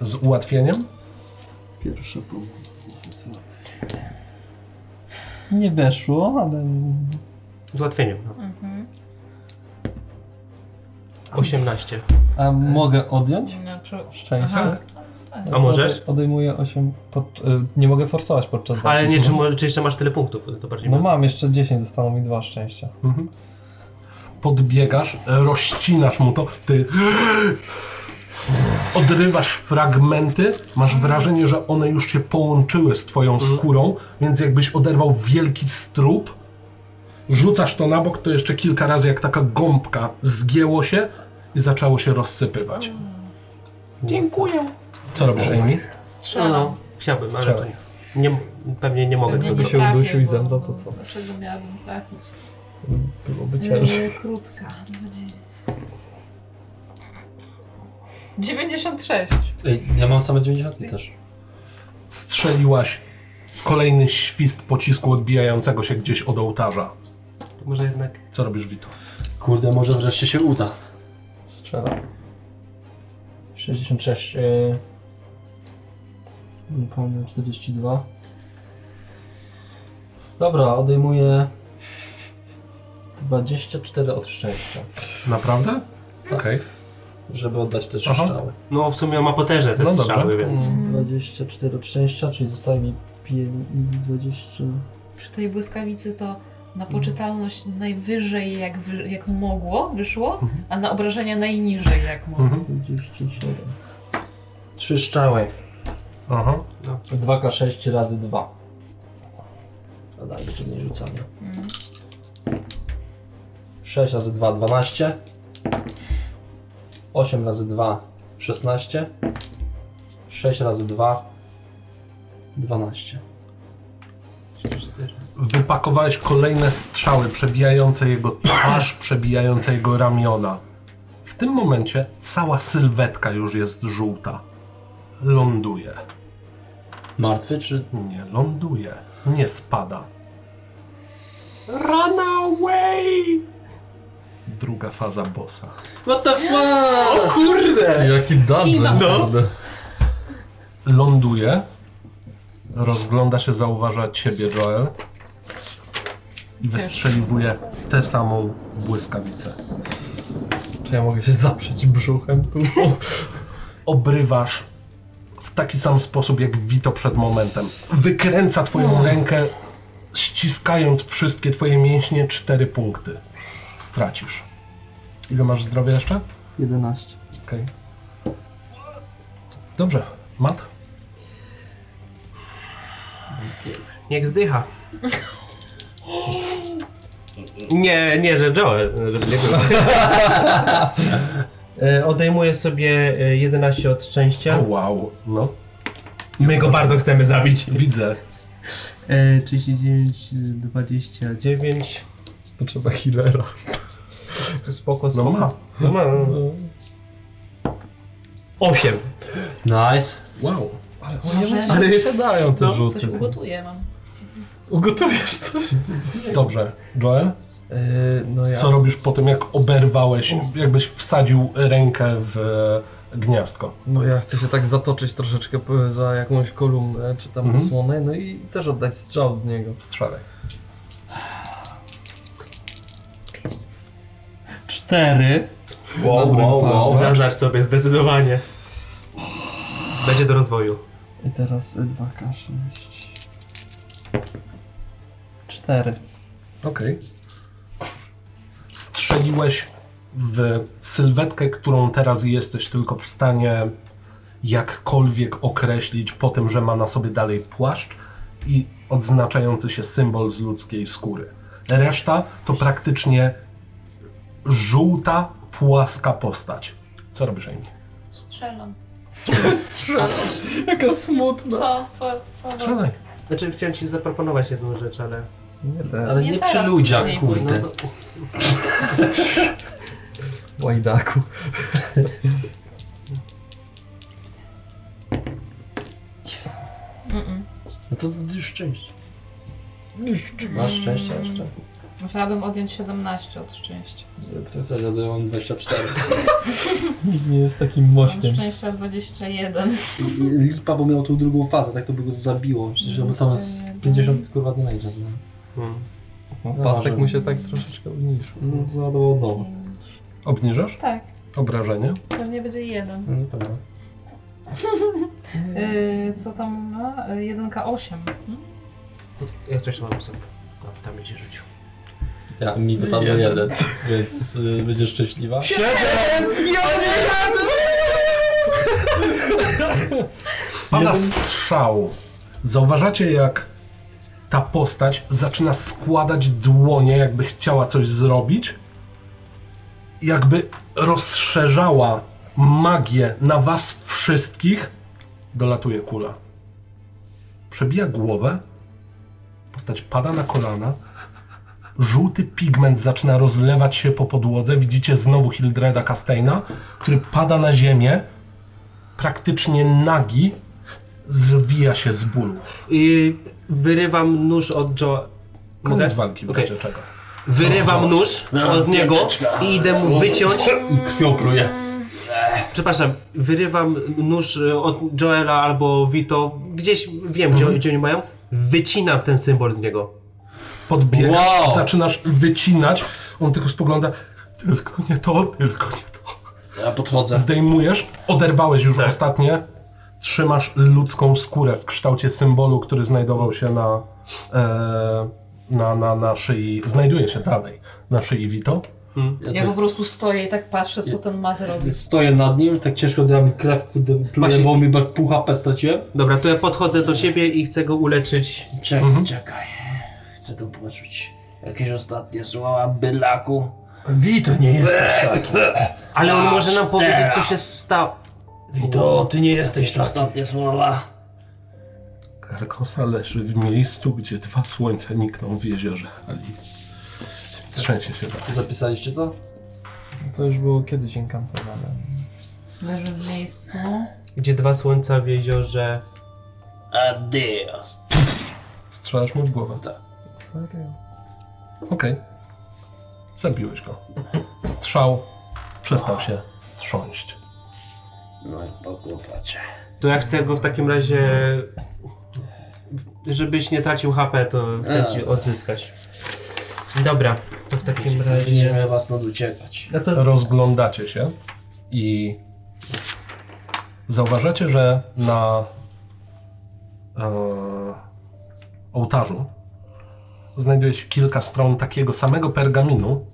A: z ułatwieniem.
E: Pierwsza pomoc. Nie weszło, ale...
D: Z ułatwieniem. no. 18.
E: A mogę odjąć?
B: Na przo-
E: Szczęście.
B: Aha.
D: A możesz?
E: Ode- Odejmuję 8. Pod, y, nie mogę forsować podczas walki. No
D: Ale nie,
E: z
D: czy,
E: nim.
D: No. mo- czy jeszcze masz tyle punktów? To bardziej
E: No mam jeszcze 10, zostało mi 2 szczęścia.
A: Mhm. podbiegasz, rozcinasz mu to, ty odrywasz fragmenty, masz wrażenie, że one już się połączyły z twoją skórą, więc jakbyś oderwał wielki strób, rzucasz to na bok, to jeszcze kilka razy jak taka gąbka zgięło się i zaczęło się rozsypywać.
D: Dziękuję.
A: Co robisz, Amy?
D: No,
B: Strzelam.
D: no, chciałbym, ale to
A: Strzelaj.
D: nie, pewnie nie mogę
B: Pewnie
D: tego
B: nie
G: się
B: trafię,
G: udusił i
B: bo-
G: zemdlał, to co?
B: Dlaczego miałabym trafić?
G: Byłoby ciężko.
B: Yy, krótka. 96.
F: Ej, ja mam same 90 też.
A: Strzeliłaś kolejny świst pocisku odbijającego się gdzieś od ołtarza.
D: Może jednak...
A: Co robisz, Wito?
F: Kurde, może wreszcie się uda.
G: Strzela.
H: 66.
E: e,
H: Yy... Pomnę 42. Dobra, odejmuję 24 od szczęścia,
A: Naprawdę? Okej.
H: żeby oddać te trzy
A: Aha.
H: strzały.
D: No w sumie ma potężne te
A: No dobrze.
D: strzały, więc...
H: 24 od szczęścia, czyli zostaje mi 5, 20.
B: Przy tej błyskawicy to na poczytalność najwyżej jak, wy, jak mogło wyszło,
G: Mhm.
B: a na obrażenia najniżej jak mogło.
A: Mhm.
H: 27.
C: 3 strzały.
A: Aha.
H: 2K6 razy 2.
C: Dodaj, że nie rzucamy.
B: Mm.
H: 6 razy 2, 12. 8 razy 2, 16. 6 razy 2, 12.
A: wypakowałeś kolejne strzały przebijające jego twarz, przebijające jego ramiona. W tym momencie cała sylwetka już jest żółta. Ląduje.
C: Martwy czy...
A: Nie ląduje. Nie spada.
D: Run away!
A: Druga faza bossa.
C: What the fuck?
G: Jaki
B: Kingdom
G: dungeon,
B: Hearts.
G: kurde.
A: Ląduje. Rozgląda się, zauważa ciebie, Joel. I wystrzeliwuje tę samą błyskawicę.
G: Czy ja mogę się zaprzeć brzuchem tu?
A: obrywasz w taki sam sposób, jak Wito przed momentem. Wykręca twoją
G: Mm.
A: rękę, ściskając wszystkie twoje mięśnie, cztery punkty. Tracisz. Ile masz zdrowia jeszcze?
H: 11.
A: Okej. Dobrze. Mat?
D: Niech zdycha. Nie, nie, że Joel. że nie Joel. E, Odejmuję sobie e, 11 od szczęścia.
A: wow. No.
D: My go bardzo chcemy zabić.
A: Widzę.
D: E, 39, 29.
G: Potrzeba healera.
D: To spoko,
A: No
D: spoko.
A: ma.
D: No ma. 8.
F: Nice.
A: Wow.
B: Może
G: Ale jest dają te
B: coś
G: rzuty.
B: ugotuję no. mam.
G: Ugotujesz coś?
A: Dobrze. Joel?
G: Yy, no ja...
A: Co robisz po tym, jak oberwałeś, jakbyś wsadził rękę w e, gniazdko?
G: No ja chcę się tak zatoczyć troszeczkę p- za jakąś kolumnę, czy tam
A: Mhm.
G: osłonę, no i też oddać strzał w niego.
A: Strzelaj.
D: 4.
G: Wow, wow,
D: Zaznacz sobie zdecydowanie. Będzie do rozwoju.
H: I
G: y,
H: teraz 2K6. 4.
A: Okej. Strzeliłeś w sylwetkę, którą teraz jesteś tylko w stanie jakkolwiek określić po tym, że ma na sobie dalej płaszcz i odznaczający się symbol z ludzkiej skóry. Reszta to praktycznie żółta, płaska postać. Co robisz, Amy?
B: Strzelam.
G: Jaka smutna.
B: Co? Co? Co?
A: Strzelaj.
D: Znaczy, chciałem ci zaproponować jedną rzecz, ale.
G: Nie teraz,
F: Ale
B: Nie
F: nie,
B: teraz,
F: przy ludziach,
B: później.
D: No,
F: kurde.
D: no,
G: łajdaku.
B: Mm-mm.
F: No to już szczęście.
H: Masz szczęście jeszcze.
B: Musiałabym odjąć 17 od szczęścia.
F: Co ja zadaję? Mam 24.
G: Nikt nie jest takim
B: Mam
G: mośkiem.
B: szczęścia 21.
F: Lipa, bo miał tą drugą fazę, tak to by go zabiło. Przecież on tam z 50 kurwa damage'a zna.
D: mm.
G: No,
F: No,
G: pasek
F: że-
G: mu się tak troszeczkę obniżył.
F: No, załadował od nowa.
A: Obniżasz
B: Tak,
A: obrażenie?
B: pewnie będzie jeden.
F: No, nie pewno.
B: Yy, co tam ma? Y, Yy, 1K8. Hmm?
D: Ja coś tam mam sobie. O, Tam mi się rzucił.
F: Ja, mi wypadło jeden, więc y, będziesz szczęśliwa.
A: Pada strzał. Zauważacie, jak ta postać zaczyna składać dłonie, jakby chciała coś zrobić. Jakby rozszerzała magię na was wszystkich. Dolatuje kula. Przebija głowę. Postać pada na kolana. Żółty pigment zaczyna rozlewać się po podłodze. Widzicie znowu Hildreda Castaina, który pada na ziemię, praktycznie nagi, zwija się z bólu.
D: I wyrywam nóż od Joe.
A: Koniec walki,
D: Okej.
A: okay. czego.
D: Wyrywam nóż od niego i idę mu wyciąć.
F: I krwią pluje.
D: Przepraszam, wyrywam nóż y, od Joela albo Vito. Gdzieś wiem, gdzie, oni- gdzie oni mają. Wycinam ten symbol z niego.
A: Podbierasz,
F: Wow.
A: zaczynasz wycinać, on tylko spogląda, tylko nie to, tylko nie to.
F: Ja podchodzę. Tak.
A: Zdejmujesz, oderwałeś już ostatnie, trzymasz ludzką skórę w kształcie symbolu, który znajdował się na, e, na, na, na szyi, znajduje się dalej na szyi Vito.
B: Ja po prostu stoję i tak patrzę, co ten mat robi.
F: Stoję nad nim, tak ciężko dam mi krew, kurde, pluję,
D: Właśnie-
F: bo mi ba- pół HP straciłem.
D: Dobra, to ja podchodzę do siebie i chcę go uleczyć.
C: Czekaj,
F: Mhm.
C: czekaj. Chcę to poczuć. Jakieś ostatnie słowa, bydlaku.
E: Wito, nie jesteś tak. taki.
D: Ale on może nam
C: Teraz.
D: powiedzieć, co się stało.
E: Wito, ty nie jesteś tak. taki.
C: Ostatnie słowa.
A: Karkosa leży w miejscu, gdzie dwa słońca nikną w jeziorze Ali. Trzęsie się dalej.
F: Zapisaliście to?
G: To już było kiedyś inkantowane.
B: Leży w miejscu.
D: Gdzie dwa słońca w jeziorze.
C: Adios.
A: Strzelasz mu w głowę. Tak.
G: Serio?
A: Okej. Zabiłeś go. Strzał przestał się trząść.
C: No i po kłopocie.
D: To ja chcę go w takim razie. Żebyś nie tracił HP, to chcę odzyskać. Dobra, to w takim razie.
C: Będziemy was stąd uciekać.
D: No to z...
A: Rozglądacie się i zauważacie, że na e, ołtarzu znajduje się kilka stron takiego samego pergaminu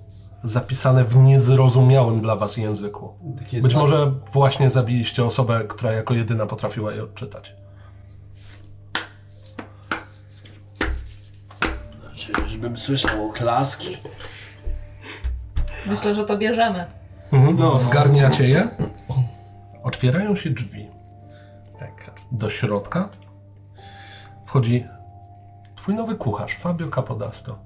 A: zapisane w niezrozumiałym dla was języku. Być może właśnie zabiliście osobę, która jako jedyna potrafiła je odczytać.
C: Czyżbym słyszał oklaski?
B: Myślę, że to bierzemy.
A: Zgarniacie je. No. Otwierają się drzwi.
G: Tak.
A: Do środka wchodzi twój nowy kucharz, Fabio Capodasto.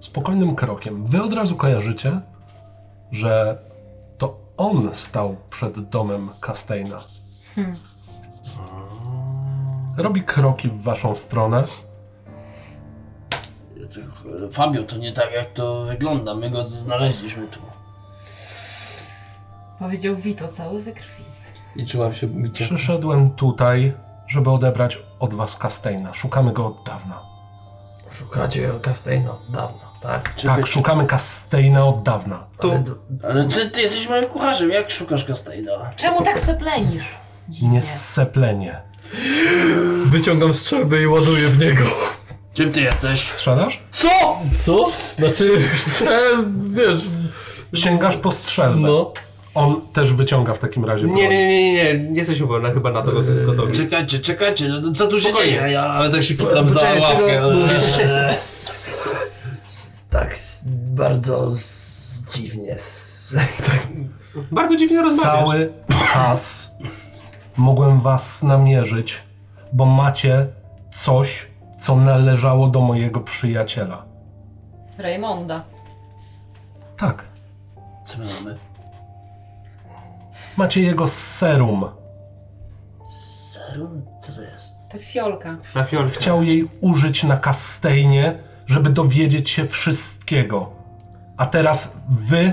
A: Spokojnym krokiem. Wy od razu kojarzycie, że to on stał przed domem Castaina. Robi kroki w waszą stronę.
C: To- Fabio, to nie tak jak to wygląda. My go znaleźliśmy tu.
B: Powiedział Wito, cały we krwi.
F: I czułam się bicie.
A: Przyszedłem tutaj, żeby odebrać od was Castaina. Szukamy go od dawna.
E: Szukacie Castaina od dawna, tak?
A: Tak, szukamy Castaina od dawna.
E: Ale
C: Ale ty, ty jesteś moim kucharzem, jak szukasz Kasteida?
B: Czemu tak seplenisz?
A: Nie seplenie.
G: Wyciągam strzelbę i ładuję w niego.
C: Czym ty jesteś?
A: Strzelasz?
C: Co?
G: Co? Znaczy, chcę, wiesz...
A: Sięgasz po strzelbę.
G: No.
A: On też wyciąga w takim razie broń.
D: Nie, nie, nie, nie, nie, nie jesteś chyba, chyba na to gotowi.
C: Czekajcie, czekajcie, no to- co tu się dzieje? Ja, ale tak się
F: Tam za
E: Poczekaj,
C: no,
F: ławkę.
E: czego mówisz? Tak s- bardzo s- dziwnie. s- Tak.
D: Bardzo dziwnie rozmawiasz.
A: Cały czas mogłem was namierzyć, bo macie coś, co należało do mojego przyjaciela.
B: Raymonda.
A: Tak,
C: Co my mamy?
A: macie jego serum.
C: Serum? Co to jest?
B: Ta fiolka.
D: Na fiolkę.
A: Chciał jej użyć na Kastejnie, żeby dowiedzieć się wszystkiego. A teraz wy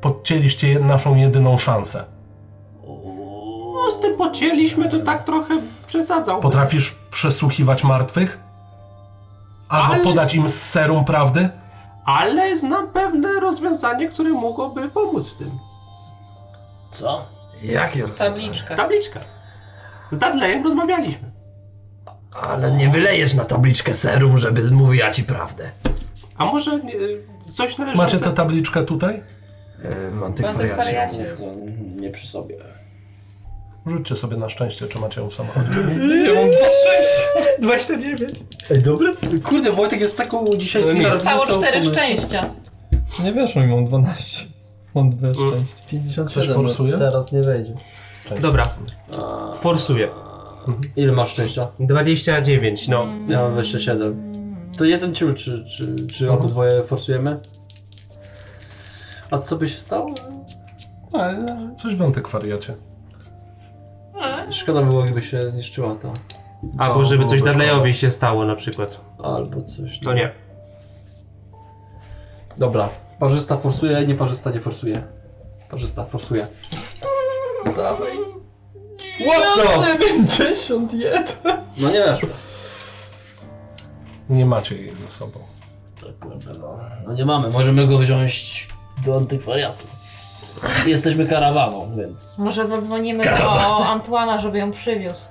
A: podcięliście naszą jedyną szansę.
D: No, z tym pocięliśmy, to tak trochę przesadzał.
A: Potrafisz przesłuchiwać martwych? Albo
D: Ale-
A: podać im serum prawdy?
D: Ale znam pewne rozwiązanie, które mogłoby pomóc w tym.
C: Co?
E: Jakie rozwiązanie?
B: Tabliczka.
D: Tabliczka. Z Dadlejem rozmawialiśmy.
E: Ale nie wylejesz na tabliczkę serum, żeby mówiła ci prawdę.
D: A może e, coś należy...
A: Macie tę tabliczkę tutaj?
E: E, w antykwariacie.
B: Antykwariacie.
C: To nie przy sobie.
A: Rzućcie sobie na szczęście, czy macie ją w samochodzie.
F: Ja mam 26! 29! Ej, dobre? Kurde, Wojtek jest taką dzisiaj
D: Ale nie.
B: Stało
F: co-
B: cztery
F: pomysł.
B: szczęścia.
G: Nie weszło mi, mam 12. Mam dwie szczęście.
H: 57,
A: Ktoś forsuje?
H: no teraz nie wejdzie.
D: Dobra, forsuję.
F: Ile masz szczęścia?
D: 29, no.
F: Ja mam 27. To jeden ciul, czy, czy, czy obydwoje forsujemy? A co by się stało?
A: Ale coś w antykwariacie.
F: Szkoda było, gdyby się zniszczyła ta.
D: Albo żeby coś Dadlejowi się stało na przykład.
F: Albo coś.
D: To nie.
F: Dobra. Parzysta forsuje, nie parzysta nie forsuje. Parzysta forsuje.
G: Dawaj.
F: What the?
G: 91!
F: No nie weszło.
A: Nie macie jej ze sobą.
C: No nie mamy, możemy go wziąć do antykwariatu. Jesteśmy karawaną, więc...
B: Może zadzwonimy do Antuana, żeby ją przywiózł.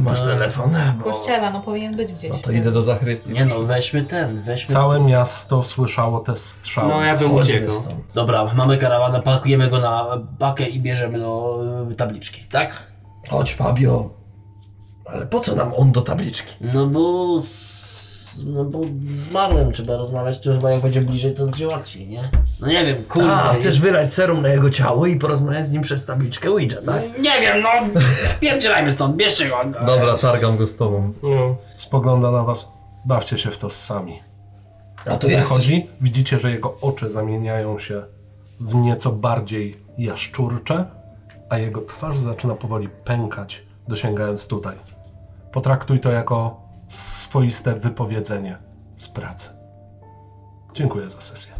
E: Masz telefon? Bo...
B: Kościela, no powinien być gdzieś.
E: No to idę do zachrystii.
C: Nie no, weźmy ten, weźmy...
A: Całe miasto słyszało te strzały.
D: No ja bym
E: Chodźmy
D: uciekł.
E: stąd.
C: Dobra, mamy karawanę, pakujemy go na pakę i bierzemy do y, tabliczki, tak?
E: Chodź Fabio. Ale po co nam on do tabliczki?
C: No bo... Z, no bo zmarłem, trzeba rozmawiać, to chyba jak będzie bliżej, to będzie łatwiej, nie? No nie wiem, kurde...
E: A, chcesz
C: jest-
E: wylać serum na jego ciało i porozmawiać z nim przez tabliczkę Ouija, tak?
C: Nie wiem, no! Spierdzielajmy stąd, bierzcie go!
G: Dobra, targam go z tobą.
D: No.
A: Spogląda na was. Bawcie się w to sami.
E: A to ja chcesz...
A: Wychodzi, widzicie, że jego oczy zamieniają się w nieco bardziej jaszczurcze, a jego twarz zaczyna powoli pękać, dosięgając tutaj. Potraktuj to jako swoiste wypowiedzenie z pracy. Dziękuję za sesję.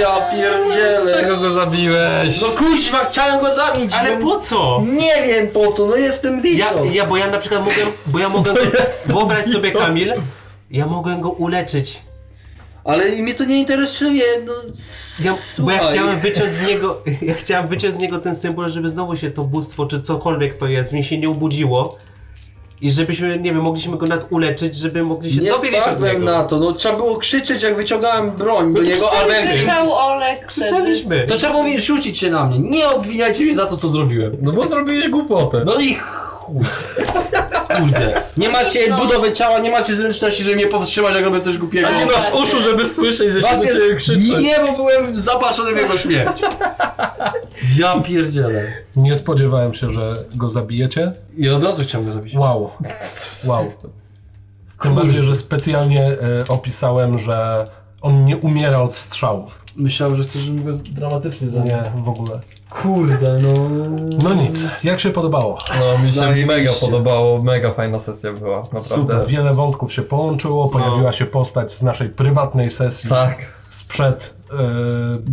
F: Ja pierdzielę!
G: Czego go zabiłeś?
F: No kuźwa, chciałem go zabić!
D: Ale po co?
F: Nie wiem po co, no jestem
D: Ja, ja, bo ja na przykład mogę, bo ja mogę, wyobraź sobie Kamil, ja mogę go uleczyć.
F: Ale mnie to nie interesuje, no...
D: Ja, bo ja
F: słuchaj.
D: chciałem wyciąć z niego, ja chciałem wyciąć z niego ten symbol, żeby znowu się to bóstwo, czy cokolwiek to jest, mi się nie obudziło. I żebyśmy, nie wiem, mogliśmy go naduleczyć, żeby mogli się
F: Nie
D: dowiedzieć od niego.
F: wpadłem na to, no trzeba było krzyczeć jak wyciągałem broń do
D: to
F: niego,
D: krzyczeli,
F: ale...
B: Krzyczał Olek wtedy.
D: Krzyczeliśmy.
F: To trzeba było mi rzucić się na mnie, nie obwiniajcie mnie za to co zrobiłem.
G: No bo zrobiłeś głupotę.
F: No i chuj. Kurde. Nie macie
B: No.
F: budowy ciała, nie macie zręczności, żeby mnie powstrzymać jak robię coś głupiego.
B: A nie masz uszu,
F: żeby słyszeć, że
G: się do ciebie krzyczy.
F: Nie, bo byłem zapatrzony w jego śmierć. Ja pierdzielę.
A: Nie spodziewałem się, że go zabijecie.
F: I od razu chciałem go zabić.
A: Wow. Wow. Tym bardziej, że specjalnie y, opisałem, że on nie umiera od strzałów.
F: Myślałem, że chcesz, żebym go dramatycznie zabił.
A: Nie, Tak, w ogóle.
F: Kurde, no...
A: No nic, jak się podobało?
G: No mi się
F: Zajebiście.
G: mega podobało, mega fajna sesja była, naprawdę.
A: Super. Wiele wątków się połączyło, pojawiła się postać z naszej prywatnej sesji
G: No. Tak.
A: sprzed,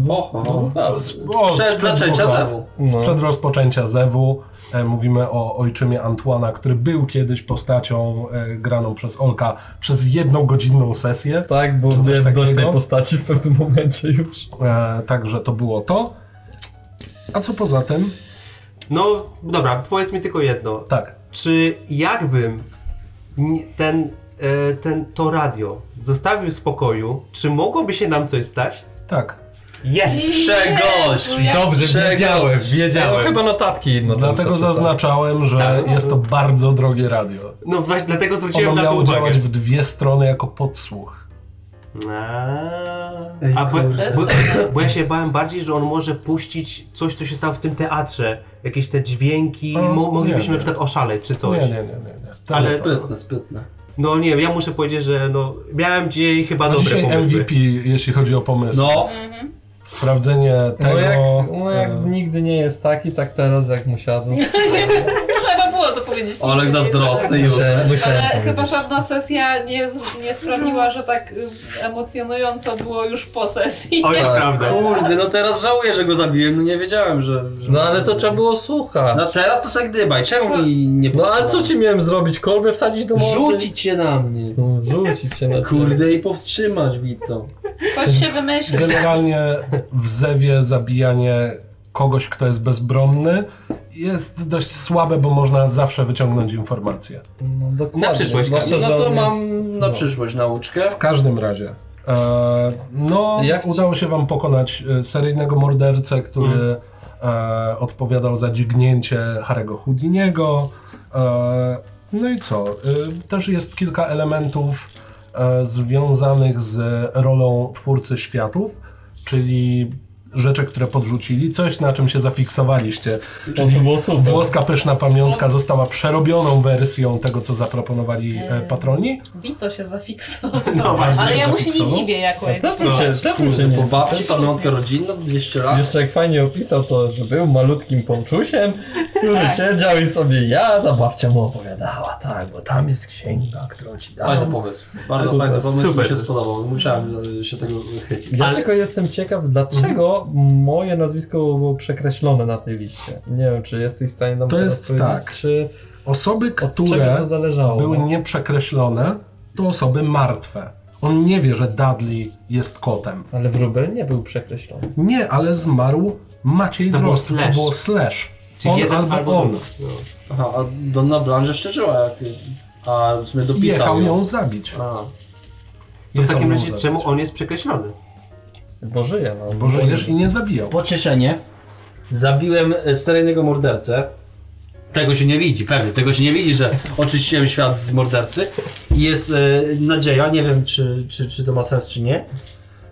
F: Oho.
A: e, sp- o,
F: Przed zaczęcia
A: dwóch lat.
F: zewu.
G: No.
A: Sprzed rozpoczęcia zewu e, mówimy o ojczymie Antuana, który był kiedyś postacią e, graną przez Olka przez jedną godzinną sesję.
G: Tak, bo
A: Czy coś
G: miałem dość
A: takiego?
G: tej postaci w pewnym momencie już.
A: E, także to było to. A co poza tym?
D: No, dobra, powiedz mi tylko jedno.
A: Tak.
D: Czy jakbym n- ten, e, ten, to radio zostawił w spokoju, czy mogłoby się nam coś stać?
A: Tak.
D: Jest!
F: Czegoś!
B: Jezu, jak
G: Dobrze, wiedziałem,
D: wiedziałem.
G: chyba notatki. No,
A: Dlatego zaznaczałem, że
D: Tak.
A: jest to bardzo drogie radio.
D: No właśnie, dlatego zwróciłem
A: Ono
D: na to
A: miało
D: uwagę.
A: działać w dwie strony jako podsłuch.
D: Aaa.
F: Ej,
D: Eee. A bo,
F: kurde.
D: bo, bo ja się bałem bardziej, że on może puścić coś, co się stało w tym teatrze. Jakieś te dźwięki,
A: O,
D: mo-
A: nie,
D: moglibyśmy
A: nie.
D: na przykład oszaleć czy coś.
A: Nie, nie, nie, nie. tak. nie. To
D: Ale
A: jest to.
F: Sprytne, sprytne.
D: No nie, ja muszę powiedzieć, że no, miałem dzisiaj chyba
A: No
D: dobre
A: dzisiaj
D: pomysły.
A: MVP, jeśli chodzi o pomysł.
F: No,
B: Mhm.
A: Sprawdzenie tego.
G: No jak, no jak
A: e,
G: nigdy nie jest taki, tak teraz jak musiałem.
B: Trzeba było to powiedzieć.
F: Olek zazdrosny już.
B: Ale
G: Musiałem
B: chyba
G: powiedzieć.
B: żadna sesja nie, z- nie sprawiła, że tak y, emocjonująco było już po sesji.
A: Tak,
D: Oj, prawda.
F: Kurde, no teraz żałuję, że go zabiłem, no nie wiedziałem, że... że...
G: No ale to trzeba było słuchać.
F: No teraz to sobie gdybaj, czemu
B: Co?
F: mi nie
G: No a
F: posłałeś?
G: co ci miałem zrobić? Kolbę wsadzić do mordy?
F: Rzucić się na mnie.
G: No, Rzucić się na ciebie.
F: Kurde i powstrzymać Wito.
B: Coś się wymyśli.
A: Generalnie w zewie zabijanie kogoś, kto jest bezbronny i- jest dość słabe, bo można zawsze wyciągnąć informacje.
E: No, dokładnie.
D: Na przyszłość,
E: zwłaszcza,
D: Kamil.
E: że
F: No to
E: on
F: mam
E: jest-
F: na
E: no.
F: przyszłość nauczkę.
A: W każdym razie, e, no,
E: Jak ci-
A: udało się wam pokonać e, seryjnego mordercę, który
E: Mm.
A: e, odpowiadał za dźgnięcie Harego Houdiniego. E, no i co? E, też jest kilka elementów e, związanych z rolą twórcy światów, czyli rzeczy, które podrzucili, coś na czym się zafiksowaliście. Czyli
E: to było super.
A: włoska pyszna pamiątka została przerobioną wersją tego, co zaproponowali e, patroni.
B: Bito się zafiksował.
A: No właśnie,
B: Ale
A: się
B: ja mu się nie
A: zafiksował.
B: dziwię jakoś.
E: No
F: No,
E: Dobrze, dobrze.
F: Po
E: nie.
F: babci, pamiątka rodzinna, 200 lat.
E: Jeszcze jak fajnie opisał to, że był malutkim ponczusiem, który
B: Tak.
E: siedział i sobie jada, babcia mu opowiadała, tak, bo tam jest księga, którą ci
F: Fajny
E: dam.
F: pomysł. Bardzo
E: Super,
F: fajny pomysł, mi
G: super.
F: się spodobał. Musiałem y, się tego chwycić.
E: Ja tylko jestem ciekaw, dlaczego moje nazwisko było przekreślone na tej liście. Nie wiem, czy jesteś w stanie nam
A: To
E: teraz
A: jest
E: powiedzieć,
A: tak.
E: czy
A: Osoby,
E: od czego
A: które
E: to zależało.
A: były
E: no.
A: nieprzekreślone, to osoby martwe. On nie wie, że Dudley jest kotem.
E: Ale wróbel nie był przekreślony.
A: Nie, ale zmarł Maciej
D: To było
A: Drozd. To
D: slash.
A: było slash.
D: Czyli
A: on
D: jeden
A: albo,
D: albo
A: on.
D: drugi.
F: Aha, a Donna Blanche jeszcze żyła, jak, a w sumie
A: I Jechał
F: dopisał
A: ją zabić.
F: A,
D: To w takim
A: Jechał ją
D: razie
A: zabić.
D: czemu on jest przekreślony?
E: Bo żyje, no.
A: Bo żyjesz i nie zabijał.
C: Pocieszenie.
F: Zabiłem e, seryjnego mordercę. Tego się nie widzi, pewnie. Tego się nie widzi, że oczyściłem świat z mordercy. I jest e, nadzieja, nie wiem czy, czy, czy to ma sens, czy nie.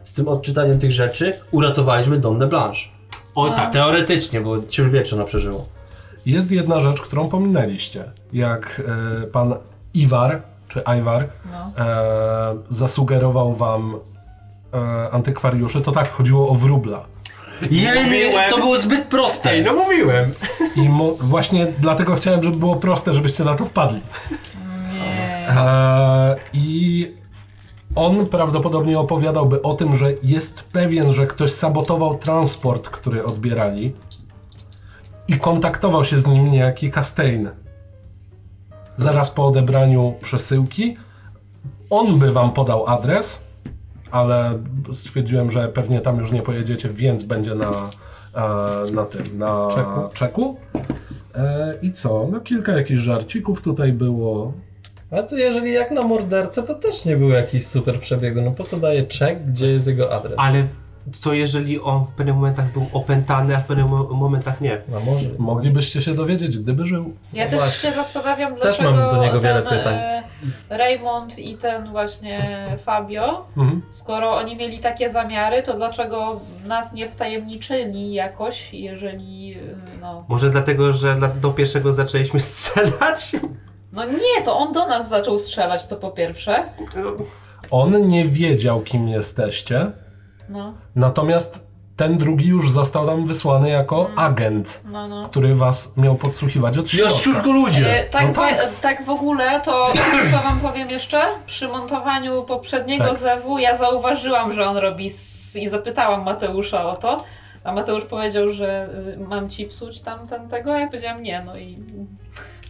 F: Z tym odczytaniem tych rzeczy uratowaliśmy Donnę Blanche.
D: O tak.
F: Teoretycznie, bo ciul wie, czy ona przeżyła.
A: Jest jedna rzecz, którą pominęliście. Jak e, pan Iwar, czy Ajwar,
B: No.
A: e, zasugerował wam e, antykwariuszy, to tak, chodziło o wróbla.
F: Jej,
D: Byłem.
F: to było zbyt proste.
D: Ej, no mówiłem!
A: I mo- właśnie dlatego chciałem, żeby było proste, żebyście na to wpadli.
B: Nie.
A: Eee, I on prawdopodobnie opowiadałby o tym, że jest pewien, że ktoś sabotował transport, który odbierali i kontaktował się z nim niejaki Castain. Zaraz po odebraniu przesyłki on by wam podał adres, ale stwierdziłem, że pewnie tam już nie pojedziecie, więc będzie na, e, na tym, na
E: Czeku.
A: czeku. E, I co? No kilka jakichś żarcików tutaj było.
E: A to jeżeli jak na mordercę, to też nie był jakiś super przebiegu. No po co daje czek, gdzie jest jego adres?
D: Ale co jeżeli on w pewnych momentach był opętany, a w pewnych mo- momentach nie?
E: No może.
A: Moglibyście się dowiedzieć, gdyby żył.
B: Ja
E: No
B: też
E: właśnie.
B: się zastanawiam,
E: Też
B: dlaczego
E: mam do niego wiele
B: ten,
E: pytań.
B: e, Raymond i ten właśnie Fabio,
A: Mhm.
B: skoro oni mieli takie zamiary, to dlaczego nas nie wtajemniczyli jakoś, jeżeli y, no...
D: Może dlatego, że dla, do pierwszego zaczęliśmy strzelać?
B: No nie, to on do nas zaczął strzelać, to po pierwsze.
A: On nie wiedział, kim jesteście,
B: No,
A: natomiast ten drugi już został tam wysłany jako agent,
B: no, no.
A: który was miał podsłuchiwać od środka.
B: E, tak,
A: No tak.
B: w- e, tak w ogóle, to co wam powiem jeszcze? Przy montowaniu poprzedniego
A: Tak.
B: zewu ja zauważyłam, że on robi s- i zapytałam Mateusza o to. A Mateusz powiedział, że y, mam ci psuć tam ten tego, a ja powiedziałam nie, no i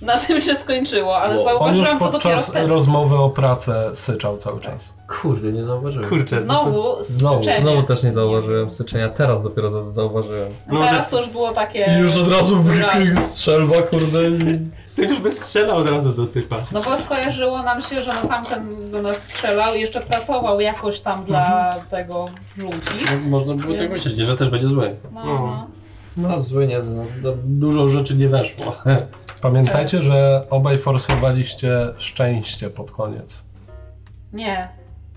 B: na tym się skończyło, ale
A: On już
B: zauważyłam to dopiero
A: podczas
B: wtedy.
A: rozmowy o pracę syczał cały czas.
F: Kurde, nie zauważyłem.
D: Kurczę, to są-
B: Znowu
E: Znowu,
B: syczenie.
E: znowu też nie zauważyłem syczenia, teraz dopiero za- zauważyłem.
B: No, Teraz to już było takie...
E: I już od razu
B: Dobra.
E: strzelba, kurde. i-
D: Ty już by strzelał od razu do typa.
B: No bo skojarzyło nam się, że no tamten do nas strzelał i jeszcze pracował jakoś tam dla
A: Mhm.
B: tego żółtych.
F: No, Można było tak myśleć, że też będzie zły.
B: No, no.
F: No zły nie, no, no, dużo rzeczy nie weszło.
A: Pamiętajcie, że obaj forsowaliście szczęście pod koniec.
B: Nie,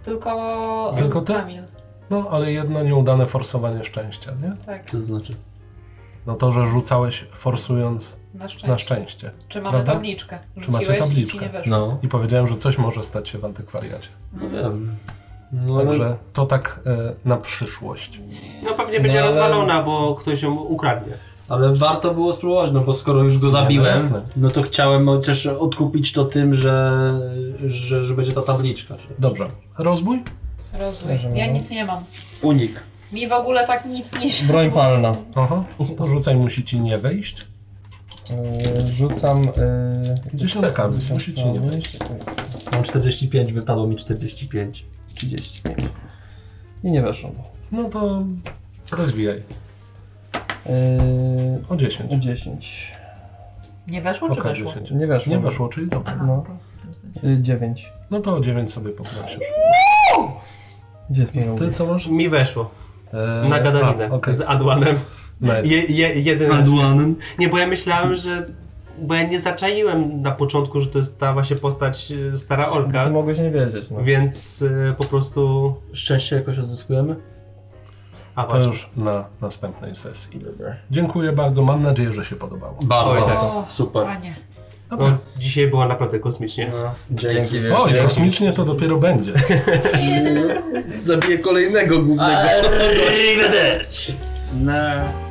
B: tylko
A: Tylko ty?
B: Kamil.
A: No, ale jedno nieudane forsowanie szczęścia, nie?
B: Tak,
F: Co to znaczy?
A: No to, że rzucałeś forsując
B: na szczęście.
A: na szczęście.
B: Czy mamy
A: prawda?
B: tabliczkę?
A: Czy macie
B: Rzuciłeś I ci
A: tabliczkę?
B: nie weszło.
E: No.
A: I powiedziałem, że coś może stać się w antykwariacie.
F: No wiem. No,
A: Także to tak e, na przyszłość.
D: No pewnie będzie
E: No, ale-
D: rozwalona, bo ktoś ją ukradnie.
F: Ale warto było spróbować, no bo skoro już go
A: no
F: zabiłem,
A: jasne.
F: no to chciałem chociaż odkupić to tym, że, że, że będzie ta tabliczka. Czy...
A: Dobrze. Rozwój?
B: Rozwój. Ja nic nie mam.
F: Unik.
B: Mi w ogóle tak nic nie się...
E: Broń palna.
A: Aha. To rzucaj, musi ci nie wejść.
E: Yy, Rzucam. Yy,
A: Dziesiątka,
E: dziesiątka,
A: musicie nie wejść.
F: Mam 45, wypadło mi 45.
E: 35. I nie weszło.
A: No to rozwijaj.
E: Yy,
A: O 10.
E: o 10.
B: Nie weszło czy
A: Oka
B: weszło?
A: 10.
E: Nie weszło.
A: Nie weszło, czyli dobrze.
B: Aha,
E: No.
B: okej. W tym sensie.
E: Y, Dziewięć.
A: No to 9 sobie poprosisz.
E: Gdzie jest moja
A: Ty
E: łódź?
A: co masz?
D: Mi weszło.
A: Eee,
D: Na gadaninę.
A: a, okej.
D: Z Adłanem.
A: Nice.
D: Je, je, jeden
F: Adłanem.
D: Nie, bo ja myślałem, że. Bo ja nie zaczaiłem na początku, że to jest ta właśnie postać y, stara
E: Ty
D: Olka,
E: mogłeś nie wiedzieć. No.
D: więc y, po prostu.
F: Szczęście jakoś odzyskujemy?
D: A
A: To
D: właśnie.
A: już na następnej sesji. Dziękuję bardzo, mam nadzieję, że się podobało.
F: Bardzo.
B: O,
F: Super.
B: Panie.
A: Dobra.
D: tak. No, dzisiaj było naprawdę kosmicznie.
F: No,
C: Dzięki.
A: O, i kosmicznie to dopiero będzie.
I: Zabiję kolejnego głównego.
C: Arrivederci.
F: No.